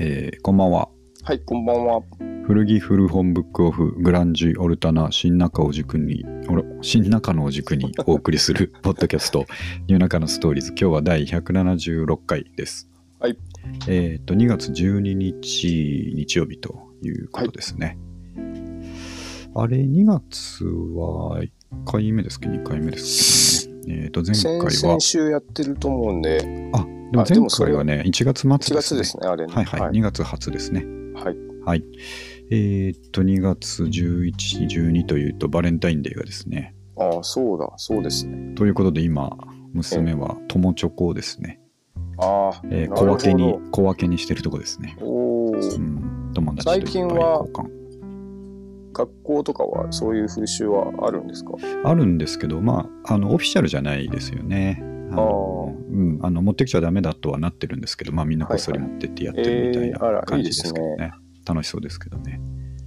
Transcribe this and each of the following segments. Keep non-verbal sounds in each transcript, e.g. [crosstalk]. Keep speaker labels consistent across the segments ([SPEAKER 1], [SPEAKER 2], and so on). [SPEAKER 1] えーこんばんは。
[SPEAKER 2] はい、こんばんは。
[SPEAKER 1] 古着古本ブックオフグランジオルタナ新中を軸におら新中野を軸にお送りす
[SPEAKER 2] [laughs]
[SPEAKER 1] るポッドキャスト「ニューナカのストーリーズ」今日は第176回です。
[SPEAKER 2] はい。
[SPEAKER 1] えっ、と2月12日日曜日ということですね。あれ2月は1回目ですけど2回目ですけどね。えっ、と前
[SPEAKER 2] 先
[SPEAKER 1] 回は
[SPEAKER 2] 々週やってると思うんで、
[SPEAKER 1] あでも
[SPEAKER 2] あで
[SPEAKER 1] 前
[SPEAKER 2] もそ
[SPEAKER 1] 回
[SPEAKER 2] れ
[SPEAKER 1] はね1月末
[SPEAKER 2] 4
[SPEAKER 1] です
[SPEAKER 2] 月
[SPEAKER 1] ね
[SPEAKER 2] で。すね、あれね。
[SPEAKER 1] はいはい、
[SPEAKER 2] はい。
[SPEAKER 1] 2月初ですね。
[SPEAKER 2] はい。
[SPEAKER 1] はい。えーっと、2月11、12というと、バレンタインデーがですね。
[SPEAKER 2] ああ、そうだ、そうですね。
[SPEAKER 1] ということで、今、娘は友チョコをですね、
[SPEAKER 2] ああ、
[SPEAKER 1] えー
[SPEAKER 2] なる
[SPEAKER 1] 小
[SPEAKER 2] ほど
[SPEAKER 1] 分けに、小分けにしてるとこですね。
[SPEAKER 2] おお、
[SPEAKER 1] うん、友達といっぱい
[SPEAKER 2] 最
[SPEAKER 1] 交
[SPEAKER 2] 近は
[SPEAKER 1] 換。
[SPEAKER 2] 学校とかはそういう風習はあるんですか
[SPEAKER 1] あるんですけど、まあ、あの、オフィシャルじゃないですよね。あのうん、あの持ってきちゃダメだとはなってるんですけど、まあ、みんなこっそり持ってってやってるみたい
[SPEAKER 2] はいはいえー
[SPEAKER 1] な
[SPEAKER 2] あら
[SPEAKER 1] 感じですけどね。
[SPEAKER 2] いいで
[SPEAKER 1] 楽しそうですけどね。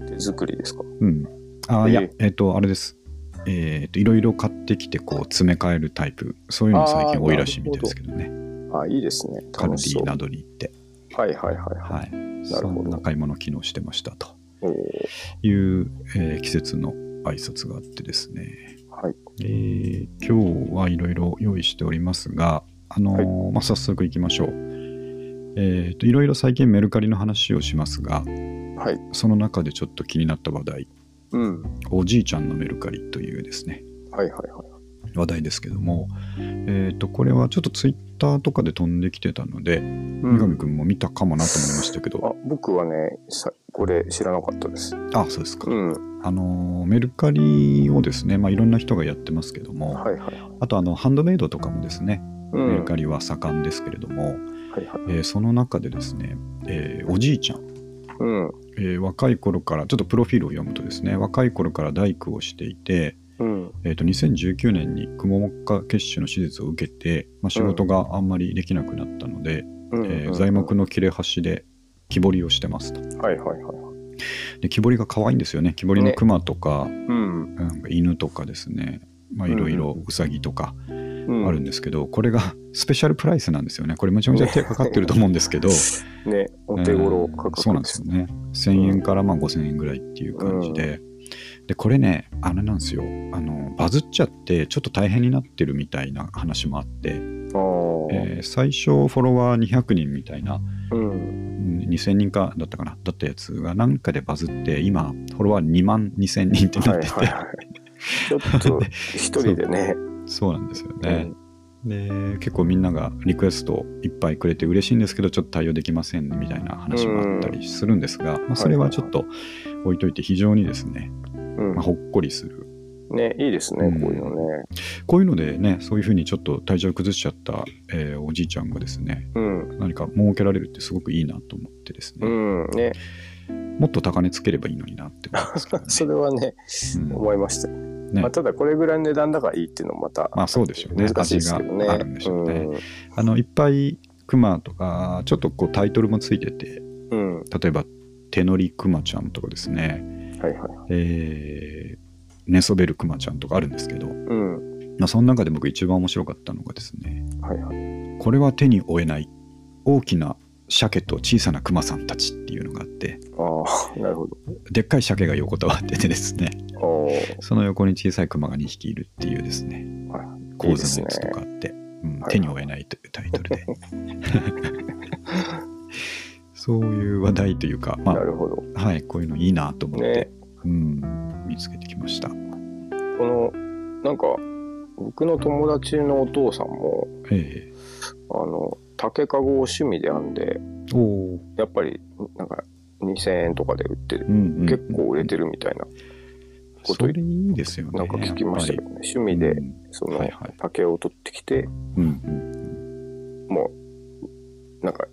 [SPEAKER 2] 手作りですか
[SPEAKER 1] うん。あ、
[SPEAKER 2] ええ
[SPEAKER 1] いや、えっ、と、あれです。えっ、と、いろいろ買ってきて、こう、詰め替えるタイプ。そういうの最近多いらしいみたいですけどね。
[SPEAKER 2] ああ、いいですね。
[SPEAKER 1] カル
[SPEAKER 2] 楽
[SPEAKER 1] デ
[SPEAKER 2] しそ
[SPEAKER 1] ィ
[SPEAKER 2] う。
[SPEAKER 1] などに行って。
[SPEAKER 2] はいはいはいは
[SPEAKER 1] はい。
[SPEAKER 2] なる
[SPEAKER 1] そ
[SPEAKER 2] ほど
[SPEAKER 1] んな買い物機能してましたと
[SPEAKER 2] い。え
[SPEAKER 1] いう、えー季節の挨拶があってですね。
[SPEAKER 2] ーはい。
[SPEAKER 1] えー今日はいろいろ用意しておりますが、あのーまあ、早速行きましょう。えっ、と、いろいろ最近メルカリの話をしますが、
[SPEAKER 2] はい。
[SPEAKER 1] その中でちょっと気になった話題、
[SPEAKER 2] うん。
[SPEAKER 1] おじいちゃんのメルカリというですね、
[SPEAKER 2] はいはいはい。
[SPEAKER 1] 話題ですけども、えー、とこれはちょっとツイッターとかで飛んできてたので、
[SPEAKER 2] うん
[SPEAKER 1] 三上くんも見たかもなと思いましたけど
[SPEAKER 2] あ僕はねさ、これ知らなかったです。
[SPEAKER 1] あそうですか、
[SPEAKER 2] うん。
[SPEAKER 1] あのーメルカリをですね、まあ、いろんな人がやってますけども、
[SPEAKER 2] はいはいはい。
[SPEAKER 1] あとあのハンドメイドとかもですね
[SPEAKER 2] うん。
[SPEAKER 1] メルカリは盛んですけれども、
[SPEAKER 2] はいはい。
[SPEAKER 1] えーその中でですね、えーおじいちゃん、
[SPEAKER 2] うん。
[SPEAKER 1] えー若い頃からちょっとプロフィールを読むとですね若い頃から大工をしていて、
[SPEAKER 2] うん。
[SPEAKER 1] えー、と2019年にくも膜下血腫の手術を受けて、まあ、仕事があんまりできなくなったので、
[SPEAKER 2] うん
[SPEAKER 1] えー
[SPEAKER 2] うん
[SPEAKER 1] 材木の切れ端で木彫りをしてますと
[SPEAKER 2] はいはいはいはい。
[SPEAKER 1] で木彫りが可愛いんですよね木彫りの
[SPEAKER 2] ね
[SPEAKER 1] クマとか、
[SPEAKER 2] うん。
[SPEAKER 1] なんか犬とかですねまあいろいろ
[SPEAKER 2] うん
[SPEAKER 1] ウサギとか
[SPEAKER 2] うん
[SPEAKER 1] あるんですけど、これが [laughs] スペシャルプライスなんですよねこれめちゃめちゃ手かかってると思うんですけど
[SPEAKER 2] ね、 [laughs] お手
[SPEAKER 1] う
[SPEAKER 2] 頃価
[SPEAKER 1] ん
[SPEAKER 2] 格
[SPEAKER 1] そうなんですよね1000円からまあ5000円ぐらいっていう感じで、でこれねあれなんですよあのバズっちゃってちょっと大変になってるみたいな話もあって、
[SPEAKER 2] ああ、
[SPEAKER 1] えー最初フォロワー200人みたいな
[SPEAKER 2] う
[SPEAKER 1] う
[SPEAKER 2] ん。
[SPEAKER 1] ん2000人かだったかなだったやつがなんかでバズって今フォロワー2万2000人ってな
[SPEAKER 2] は
[SPEAKER 1] っ
[SPEAKER 2] い
[SPEAKER 1] てて、
[SPEAKER 2] はいはい。ちょっと一人でね。
[SPEAKER 1] [laughs] そうなんですよね、で結構みんながリクエストいっぱいくれて嬉しいんですけどちょっと対応できませんみたいな話もあったりするんですが、まあ、それはちょっと置いといて非常にですね、
[SPEAKER 2] うん
[SPEAKER 1] まあ、ほっこりする
[SPEAKER 2] ね、いいですね、
[SPEAKER 1] うん
[SPEAKER 2] こういうのね。
[SPEAKER 1] こういうのでねそういうふうにちょっと体調崩しちゃった、えーおじいちゃんがですね
[SPEAKER 2] うん。
[SPEAKER 1] 何か儲けられるってすごくいいなと思ってですね、
[SPEAKER 2] うん。ね、
[SPEAKER 1] もっと高値つければいいのになって思いますけどね
[SPEAKER 2] [laughs] それはね、
[SPEAKER 1] うん
[SPEAKER 2] 思いました。
[SPEAKER 1] ね
[SPEAKER 2] まあ、ただ、これぐらいの値段だからいいっていうのもまた、
[SPEAKER 1] まあそうでしょうね
[SPEAKER 2] 難しいですけどね。
[SPEAKER 1] 味があるんでしょうね
[SPEAKER 2] うん
[SPEAKER 1] あのいっぱいクマとかちょっとこうタイトルもついてて
[SPEAKER 2] うん。
[SPEAKER 1] 例えば「手乗りクマちゃん」とかですね
[SPEAKER 2] はいはいはい。
[SPEAKER 1] 「えー寝そべるクマちゃん」とかあるんですけど、
[SPEAKER 2] うん。
[SPEAKER 1] まあ、その中で僕一番面白かったのがですね
[SPEAKER 2] はいはい。
[SPEAKER 1] 「これは手に負えない大きな鮭と小さなクマさんたち」っていうのがあって
[SPEAKER 2] あ [laughs] あ、なるほど。
[SPEAKER 1] でっかい鮭が横たわっててですね
[SPEAKER 2] おー
[SPEAKER 1] その横に小さいクマが2匹いるっていうですね
[SPEAKER 2] はい
[SPEAKER 1] 構図のやつとかあって、うん
[SPEAKER 2] はい
[SPEAKER 1] 手に負えないというタイトルで。そういう話題というか、ま
[SPEAKER 2] なるほど。
[SPEAKER 1] あ、はい、こういうのいいなと思って、
[SPEAKER 2] ね、
[SPEAKER 1] うん、見つけてきました。
[SPEAKER 2] この、なんか、僕の友達のお父さんも、
[SPEAKER 1] ええ
[SPEAKER 2] あの、竹籠を趣味で編んで、
[SPEAKER 1] おお、
[SPEAKER 2] やっぱりなんか2000円とかで売ってる、
[SPEAKER 1] うん、うん
[SPEAKER 2] 結構売れてるみたいな、こ
[SPEAKER 1] そ
[SPEAKER 2] と
[SPEAKER 1] れいいですよね。
[SPEAKER 2] なんか聞きました
[SPEAKER 1] や
[SPEAKER 2] け
[SPEAKER 1] っ
[SPEAKER 2] どね趣味
[SPEAKER 1] ぱり
[SPEAKER 2] で
[SPEAKER 1] うん
[SPEAKER 2] そ
[SPEAKER 1] はい
[SPEAKER 2] の
[SPEAKER 1] はい
[SPEAKER 2] 竹を取ってきて、
[SPEAKER 1] うん
[SPEAKER 2] もうなんか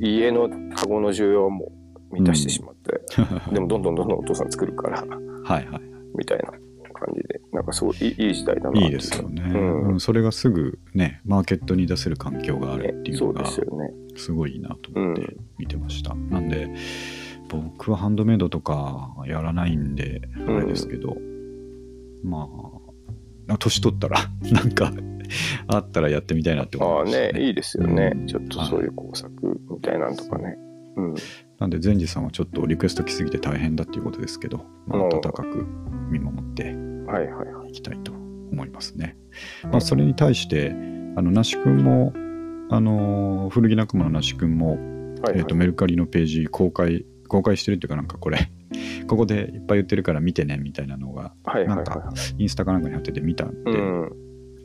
[SPEAKER 2] 家のカゴの需要はもう満たしてしまって、 [laughs] でもどんどんどんどんお父さん作るから
[SPEAKER 1] うん、 [laughs] はいは
[SPEAKER 2] みたいな感じでなんかそういいいい時代だなって
[SPEAKER 1] い。
[SPEAKER 2] う
[SPEAKER 1] いいですよね、
[SPEAKER 2] うん
[SPEAKER 1] うんそれがすぐね、マーケットに出せる環境があ
[SPEAKER 2] ね
[SPEAKER 1] るっていう
[SPEAKER 2] そ
[SPEAKER 1] の
[SPEAKER 2] うで
[SPEAKER 1] が
[SPEAKER 2] すよね
[SPEAKER 1] すごいなと思って見てました、なんで僕はハンドメイドとかやらないんであ
[SPEAKER 2] ん
[SPEAKER 1] れですけど、まああ年取ったら [laughs] なんかあったらやってみたいなって
[SPEAKER 2] あ
[SPEAKER 1] 思
[SPEAKER 2] あ
[SPEAKER 1] いました
[SPEAKER 2] ねいいですよね、
[SPEAKER 1] うん
[SPEAKER 2] ちょっとそういう工作みたいなんとかね、うん。
[SPEAKER 1] なんで善治さんはちょっとリクエスト来すぎて大変だっていうことですけど、まあ
[SPEAKER 2] うん
[SPEAKER 1] 温かく見守って
[SPEAKER 2] はいはいはい。
[SPEAKER 1] いきたいと思いますね。まあ、それに対してあの那須君もあのー古着仲間の那須君も、
[SPEAKER 2] はいはい、
[SPEAKER 1] えー、とメルカリのページ公開公開してるっていうかなんかこれ [laughs] ここでいっぱい言ってるから見てねみたいなのが
[SPEAKER 2] はいはい
[SPEAKER 1] な
[SPEAKER 2] は
[SPEAKER 1] ん
[SPEAKER 2] い
[SPEAKER 1] か
[SPEAKER 2] はい。
[SPEAKER 1] インスタかなんかに貼ってて見たんで、
[SPEAKER 2] うん。はい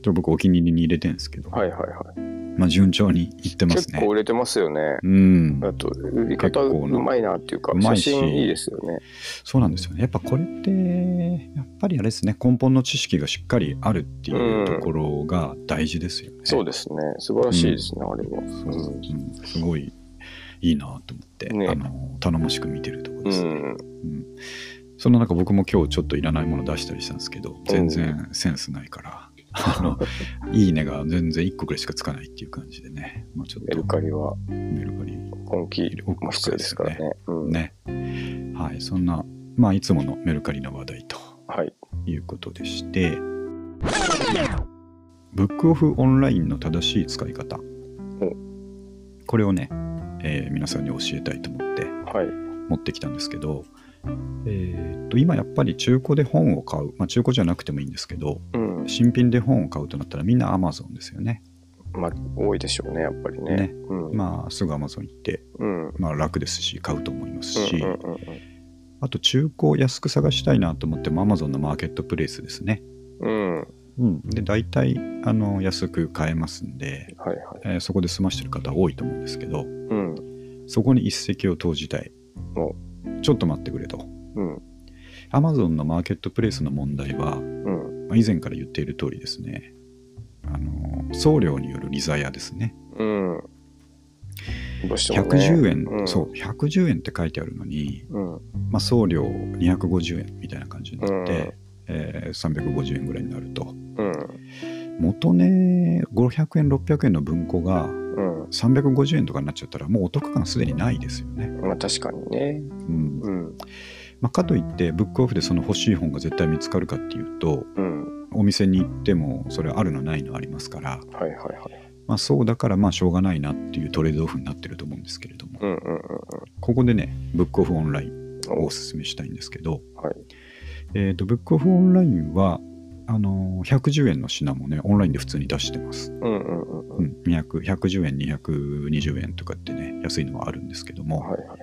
[SPEAKER 1] ちょっと僕お気に入りに入れてるんですけど、
[SPEAKER 2] はいはい。
[SPEAKER 1] まあ、順調にいってます
[SPEAKER 2] 結
[SPEAKER 1] ね
[SPEAKER 2] 構。売れてますよね。
[SPEAKER 1] うん、
[SPEAKER 2] あと、売り方
[SPEAKER 1] 結構な
[SPEAKER 2] うまいなっていうか
[SPEAKER 1] う、ま
[SPEAKER 2] 写
[SPEAKER 1] いし
[SPEAKER 2] 真いいですよね。
[SPEAKER 1] そうなんですよね。やっぱこれって、やっぱりあれですね、根本の知識がしっかりあるっていうところが大事ですよね。
[SPEAKER 2] そうですね。素晴らしいですね、あれは。
[SPEAKER 1] そううんすごいいいなと思って、
[SPEAKER 2] ね
[SPEAKER 1] あの頼もしく見てるところ
[SPEAKER 2] う
[SPEAKER 1] ですね。
[SPEAKER 2] ん。
[SPEAKER 1] うんそんな中僕も今日ちょっといらないもの出したりしたんですけど全然センスないから「あ
[SPEAKER 2] [laughs]
[SPEAKER 1] のいいね」が全然1個ぐらいしかつかないっていう感じでね、まあ、ちょっ
[SPEAKER 2] メ
[SPEAKER 1] と
[SPEAKER 2] ルカリは
[SPEAKER 1] メルカリ
[SPEAKER 2] 今期も必要ですからね。うん。
[SPEAKER 1] ねはいそんなまあいつものメルカリの話題と
[SPEAKER 2] はい。
[SPEAKER 1] いうことでしてブックオフオンラインの正しい使い方これをね、えー皆さんに教えたいと思って
[SPEAKER 2] はい。
[SPEAKER 1] 持ってきたんですけど、えーっと今やっぱり中古で本を買う、まあ、中古じゃなくてもいいんですけど
[SPEAKER 2] うん。
[SPEAKER 1] 新品で本を買うとなったらみんな Amazon ですよね、
[SPEAKER 2] まあ、多いでしょうね、やっぱりね。
[SPEAKER 1] ね
[SPEAKER 2] うん。
[SPEAKER 1] まあすぐ Amazon 行って、
[SPEAKER 2] うん。
[SPEAKER 1] まあ、楽ですし買うと思いますし、
[SPEAKER 2] うんうん
[SPEAKER 1] あと中古を安く探したいなと思っても Amazon のマーケットプレイスですね、
[SPEAKER 2] うんうん。
[SPEAKER 1] で大体あの安く買えますんで、
[SPEAKER 2] はいはい。
[SPEAKER 1] えーそこで済ましてる方多いと思うんですけど
[SPEAKER 2] うん。
[SPEAKER 1] そこに一石を投じたい
[SPEAKER 2] お
[SPEAKER 1] ちょっと待ってくれと
[SPEAKER 2] うん。
[SPEAKER 1] Amazon のマーケットプレイスの問題は、
[SPEAKER 2] うん。
[SPEAKER 1] まあ以前から言っている通りですねあの送料による利ザヤですね
[SPEAKER 2] うん。どうしても、ね。
[SPEAKER 1] 110円、
[SPEAKER 2] うん、
[SPEAKER 1] そう。110円って書いてあるのに、
[SPEAKER 2] うん。
[SPEAKER 1] まあ、送料250円みたいな感じになって、えー350円ぐらいになると
[SPEAKER 2] うん。
[SPEAKER 1] 元ね500円600円の文庫が
[SPEAKER 2] うん。
[SPEAKER 1] 350円とかになっちゃったらもうお得感すでにないですよね、
[SPEAKER 2] まあ、確かにね。
[SPEAKER 1] うん
[SPEAKER 2] うん。
[SPEAKER 1] まあ、かといってブックオフでその欲しい本が絶対見つかるかっていうと
[SPEAKER 2] うん。
[SPEAKER 1] お店に行ってもそれあるのないのありますから、
[SPEAKER 2] はいはいはい。
[SPEAKER 1] まあ、そうだからまあしょうがないなっていうトレードオフになってると思うんですけれども
[SPEAKER 2] うんうん
[SPEAKER 1] ここでねブックオフオンライン
[SPEAKER 2] うん。
[SPEAKER 1] をおすすめしたいんですけど、
[SPEAKER 2] はい。
[SPEAKER 1] えー、とブックオフオンラインはあのー110円の品もねオンラインで普通に出してます、
[SPEAKER 2] うんうんうんう。
[SPEAKER 1] うんん、200 110円220円とかってね安いのはあるんですけども、
[SPEAKER 2] はいはい。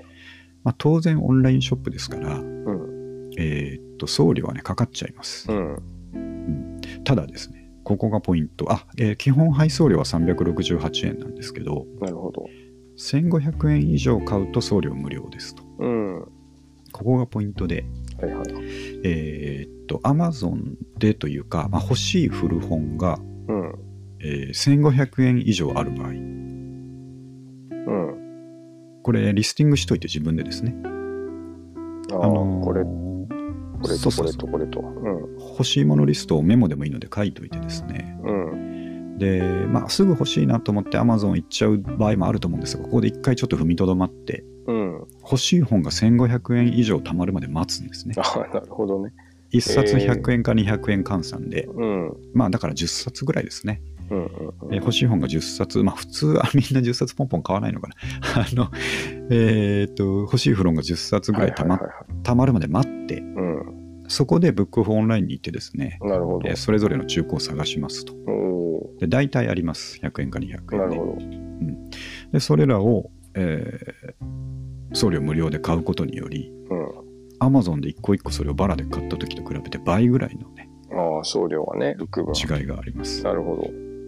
[SPEAKER 1] まあ、当然オンラインショップですから、
[SPEAKER 2] うん。
[SPEAKER 1] えー、と送料はねかかっちゃいます
[SPEAKER 2] う、ん。
[SPEAKER 1] ただですねここがポイントあ、えー基本配送料は368円なんですけど
[SPEAKER 2] なるほど。
[SPEAKER 1] 1500円以上買うと送料無料ですと
[SPEAKER 2] うん。は
[SPEAKER 1] ここがポイントで
[SPEAKER 2] いはい。
[SPEAKER 1] えーっと Amazon でというか、まあ、欲しい古本が、
[SPEAKER 2] うん。
[SPEAKER 1] えー1500円以上ある場合
[SPEAKER 2] うん。
[SPEAKER 1] これリスティングしといて自分でですね、
[SPEAKER 2] ああ、
[SPEAKER 1] あのー
[SPEAKER 2] これ、これ
[SPEAKER 1] そ
[SPEAKER 2] と
[SPEAKER 1] うそう
[SPEAKER 2] これ
[SPEAKER 1] そ
[SPEAKER 2] とこれと。う
[SPEAKER 1] う
[SPEAKER 2] ん。
[SPEAKER 1] 欲しいものリストをメモでもいいので書いといてですね
[SPEAKER 2] うん。
[SPEAKER 1] で、まあ、すぐ欲しいなと思って Amazon 行っちゃう場合もあると思うんですがここで一回ちょっと踏みとどまって
[SPEAKER 2] うん。
[SPEAKER 1] 欲しい本が1500円以上貯まるまで待つんですね
[SPEAKER 2] ああ、なるほどね。
[SPEAKER 1] 1冊
[SPEAKER 2] えー
[SPEAKER 1] 100円か200円換算で、
[SPEAKER 2] うん。
[SPEAKER 1] まあだから10冊ぐらいですね
[SPEAKER 2] うんうんうん。
[SPEAKER 1] えー欲しい本が10冊、まあ普通はみんな10冊ポンポン買わないのかな。 [laughs] あの、えーっと、欲しい本が10冊ぐらいたま
[SPEAKER 2] はいはい
[SPEAKER 1] たまるまで待って、
[SPEAKER 2] はいはい。うん。
[SPEAKER 1] そこでブックオフオンラインに行ってですね、
[SPEAKER 2] なるほど
[SPEAKER 1] えー。それぞれの中古を探しますと。
[SPEAKER 2] おお
[SPEAKER 1] で、大体あります。100円か200
[SPEAKER 2] ー。な
[SPEAKER 1] 円
[SPEAKER 2] る
[SPEAKER 1] で。
[SPEAKER 2] ほど。
[SPEAKER 1] で、それらを、えー送料無料で買うことにより、
[SPEAKER 2] う
[SPEAKER 1] Amazon で一個一個それをバラで買った時と比べて倍ぐらいのね、
[SPEAKER 2] ん。ああ、送料はね、区分。
[SPEAKER 1] 違いがあります。
[SPEAKER 2] なるほ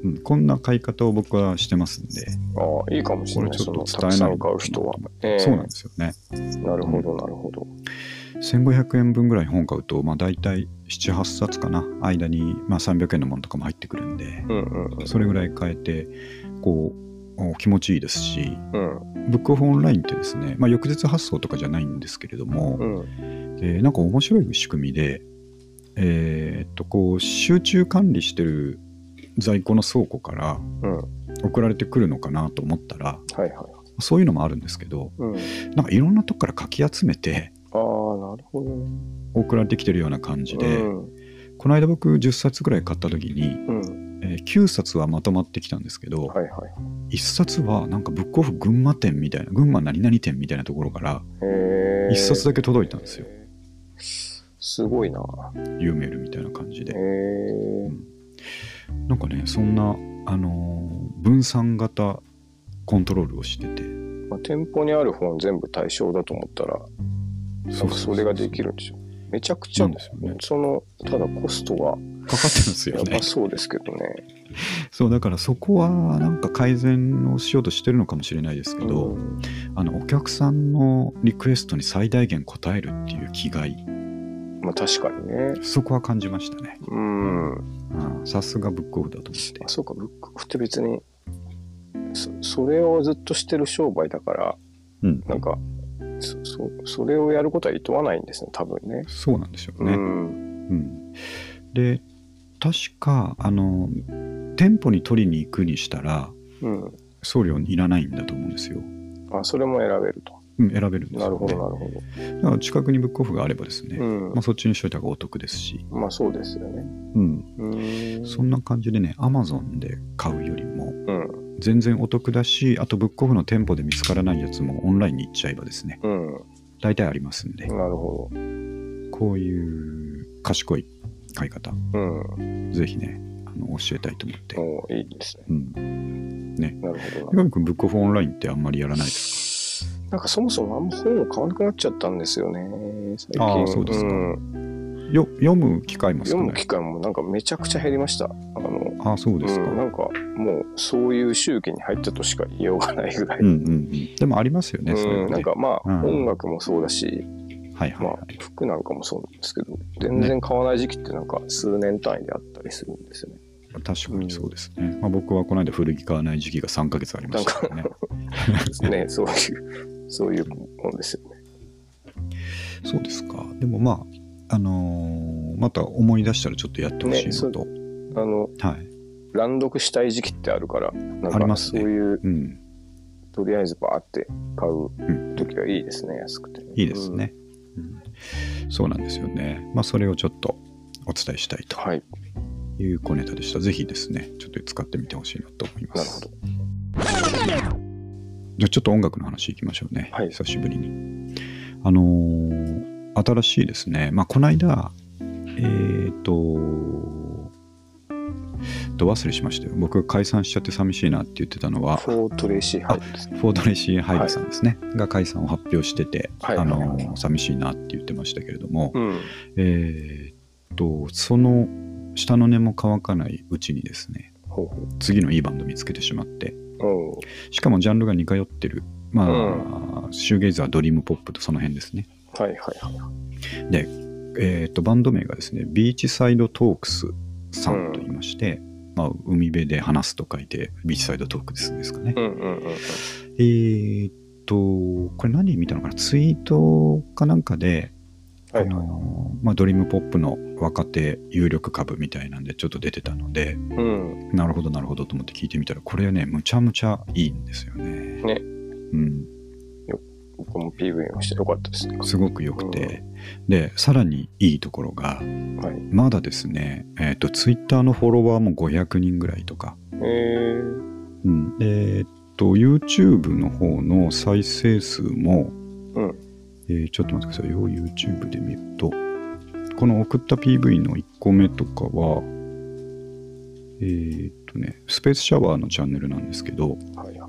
[SPEAKER 1] うん、こんな買い方を僕はしてますんで、
[SPEAKER 2] ど。ああ、いいかもし
[SPEAKER 1] こ
[SPEAKER 2] れ
[SPEAKER 1] れ
[SPEAKER 2] ない。
[SPEAKER 1] ち
[SPEAKER 2] そ
[SPEAKER 1] ょっ
[SPEAKER 2] の
[SPEAKER 1] と
[SPEAKER 2] た
[SPEAKER 1] 伝え
[SPEAKER 2] くさ
[SPEAKER 1] ない
[SPEAKER 2] ん買う人は。ええ
[SPEAKER 1] そうなんですよね。
[SPEAKER 2] なるほど、なるほど。
[SPEAKER 1] 1500円分ぐらい本買うと、まあ、大体78冊かな間に、まあ、300円のものとかも入ってくるんで
[SPEAKER 2] うんうん
[SPEAKER 1] それぐらい買えてこうお気持ちいいですし
[SPEAKER 2] うん。
[SPEAKER 1] ブックオフオンラインってですね、まあ、翌日発送とかじゃないんですけれども、
[SPEAKER 2] うんうん。
[SPEAKER 1] えーなんか面白い仕組みで、えーっとこう集中管理してる在庫の倉庫から
[SPEAKER 2] うん。
[SPEAKER 1] 送られてくるのかなと思ったら
[SPEAKER 2] はいはい。
[SPEAKER 1] そういうのもあるんですけど
[SPEAKER 2] うん。あ
[SPEAKER 1] なんかいろんなとこからかき集めて
[SPEAKER 2] あー、なるほどね。
[SPEAKER 1] 送られてきてるような感じで。
[SPEAKER 2] うん
[SPEAKER 1] この間僕10冊ぐらい買った時に、
[SPEAKER 2] うん。
[SPEAKER 1] えー9冊はまとまってきたんですけど、
[SPEAKER 2] はいはい。
[SPEAKER 1] 1冊はなんかブックオフ群馬店みたいな群馬何々店みたいなところから
[SPEAKER 2] えー、
[SPEAKER 1] 一冊だけ届いたんですよ。
[SPEAKER 2] すごいな。
[SPEAKER 1] 有メールみたいな感じ
[SPEAKER 2] え
[SPEAKER 1] で
[SPEAKER 2] ー、
[SPEAKER 1] なんかねそんな、あのー分散型コントロールをしてて
[SPEAKER 2] まあ、店舗にある本全部対象だと思ったら、なんかそれができるんでしょう。めちゃくちゃ
[SPEAKER 1] なんですよね
[SPEAKER 2] その、ただコストが
[SPEAKER 1] かかってるんですよ
[SPEAKER 2] や
[SPEAKER 1] ね
[SPEAKER 2] ばそうですけどね。
[SPEAKER 1] そうだからそこはなんか改善をしようとしてるのかもしれないですけど、
[SPEAKER 2] うん
[SPEAKER 1] あのお客さんのリクエストに最大限応えるっていう気概
[SPEAKER 2] まあ確かにね。
[SPEAKER 1] そこは感じましたね
[SPEAKER 2] うん。
[SPEAKER 1] ああさすがブックオフだと思って
[SPEAKER 2] あそうか、ブックオフって別に、そそれをずっとしてる商売だから、
[SPEAKER 1] うん
[SPEAKER 2] なんか、そそそれをやることは厭わないんですね、多分ね。
[SPEAKER 1] そうなんでしょう
[SPEAKER 2] う
[SPEAKER 1] ね、
[SPEAKER 2] ん。
[SPEAKER 1] うん、で確かあの店舗に取りに行くにしたら
[SPEAKER 2] うん。
[SPEAKER 1] 送料いらないんだと思うんですよ、
[SPEAKER 2] あ、それも選べると。
[SPEAKER 1] うん、選べるんです
[SPEAKER 2] な
[SPEAKER 1] よ、
[SPEAKER 2] る
[SPEAKER 1] ね、
[SPEAKER 2] ほど、なるほど。
[SPEAKER 1] だから近くにブックオフがあればですね、
[SPEAKER 2] うん
[SPEAKER 1] まあ、。そっちにしといた方がお得ですし、
[SPEAKER 2] まあそうですよね。
[SPEAKER 1] うん、
[SPEAKER 2] うん。
[SPEAKER 1] そんな感じでねアマゾンで買うよりも
[SPEAKER 2] うん。
[SPEAKER 1] 全然お得だしあとブックオフの店舗で見つからないやつもオンラインに行っちゃえばですね
[SPEAKER 2] うん。
[SPEAKER 1] 大体ありますんで
[SPEAKER 2] なるほ
[SPEAKER 1] こういう賢い買い方
[SPEAKER 2] ど。うん。
[SPEAKER 1] ぜひねあの教えたいと思って、
[SPEAKER 2] おーいいですね。
[SPEAKER 1] うん、
[SPEAKER 2] なるほ
[SPEAKER 1] 三
[SPEAKER 2] どな。
[SPEAKER 1] 上君ブックオフオンラインってあんまりやらないです
[SPEAKER 2] なんかそもそもあんま本を買わなくなっちゃったんですよね、最近。
[SPEAKER 1] あーそうですか
[SPEAKER 2] ん、
[SPEAKER 1] よ読む機会も少
[SPEAKER 2] 読
[SPEAKER 1] な
[SPEAKER 2] む
[SPEAKER 1] い
[SPEAKER 2] 機会もなんかめちゃくちゃ減りました。あの、
[SPEAKER 1] ああそうですか、う
[SPEAKER 2] うんん、なんかもうそういう周期に入ったとしか言いようがないぐらい、、
[SPEAKER 1] うんうん、でもありますよね、そういううんの
[SPEAKER 2] なん
[SPEAKER 1] ね。
[SPEAKER 2] かまあ、
[SPEAKER 1] うん
[SPEAKER 2] 音楽もそうだし、
[SPEAKER 1] はいはい
[SPEAKER 2] ま
[SPEAKER 1] は
[SPEAKER 2] あ
[SPEAKER 1] い、、
[SPEAKER 2] 服なんかもそうなんですけど全然買わない時期ってなんか数年単位であったりするんですよね
[SPEAKER 1] 確かにそうですね。まあ、僕はこの間古着買わない時期が3ヶ月ありましたからね。
[SPEAKER 2] ねそういうそういうもんですよね
[SPEAKER 1] そうですか。でもまあ、あのーまた思い出したらちょっとやってほしいのと、
[SPEAKER 2] あの
[SPEAKER 1] はい。
[SPEAKER 2] 乱読したい時期ってあるからな
[SPEAKER 1] あり
[SPEAKER 2] ん
[SPEAKER 1] ま
[SPEAKER 2] か
[SPEAKER 1] す
[SPEAKER 2] そ
[SPEAKER 1] ね
[SPEAKER 2] ういう、
[SPEAKER 1] うん、
[SPEAKER 2] とりあえずバーって買う時はいいですね、安くて
[SPEAKER 1] いいです、ね、うんそうなんですよね。まあ、それをちょっとお伝えしたい
[SPEAKER 2] うんはい
[SPEAKER 1] という小ネタでした。ぜひですね、ちょっと使ってみてほしいなと思いま
[SPEAKER 2] なるほ
[SPEAKER 1] す。
[SPEAKER 2] ど
[SPEAKER 1] じゃあちょっと音楽の話いきましょうね、
[SPEAKER 2] はい
[SPEAKER 1] 久しぶりに。あのー新しいですね、まあ、この間、えっ、と、ど忘れしましたよ、僕が解散しちゃって寂しいなって言ってたのは、
[SPEAKER 2] フォートレーシーハイですね
[SPEAKER 1] フォードレシー・ハイドさんですね、が解散を発表してて、
[SPEAKER 2] はい
[SPEAKER 1] あのー寂しいなって言ってましたけれども、
[SPEAKER 2] うん
[SPEAKER 1] えっと、その下の根も乾かないうちにですね、
[SPEAKER 2] ほうほう
[SPEAKER 1] 次のいいバンド見つけてしまって、
[SPEAKER 2] おう
[SPEAKER 1] しかもジャンルが似通ってる。まあ、シューゲイザー、ドリームポップとその辺ですね。
[SPEAKER 2] はいはいはい
[SPEAKER 1] で、えっ、と、バンド名がですね、ビーチサイドトークスさんと言いまして、まあ、海辺で話すと書いて、ビーチサイドトークスですかね。
[SPEAKER 2] うんうんうんうん
[SPEAKER 1] えーっと、これ何見たのかなツイートかなんかで、
[SPEAKER 2] はい
[SPEAKER 1] あ
[SPEAKER 2] はい
[SPEAKER 1] のーまあ、ドリームポップの若手有力株みたいなんでちょっと出てたので、
[SPEAKER 2] うん、
[SPEAKER 1] なるほどなるほどと思って聞いてみたら、これね、むちゃむちゃいいんですよね。
[SPEAKER 2] ね
[SPEAKER 1] うん。
[SPEAKER 2] 僕も PV をしてよかったですね。
[SPEAKER 1] すごく良くて、でさらにいいところが
[SPEAKER 2] はい。
[SPEAKER 1] まだですね、えー、とツイッターのフォロワーも500人ぐらいとか、
[SPEAKER 2] えー、
[SPEAKER 1] うんえー、と YouTube の方の再生数も、
[SPEAKER 2] うん。
[SPEAKER 1] えーちょっと待ってくださいよ YouTube で見るとこの送った PV の1個目とかはえーっ、とねスペースシャワーのチャンネルなんですけど
[SPEAKER 2] はいはいは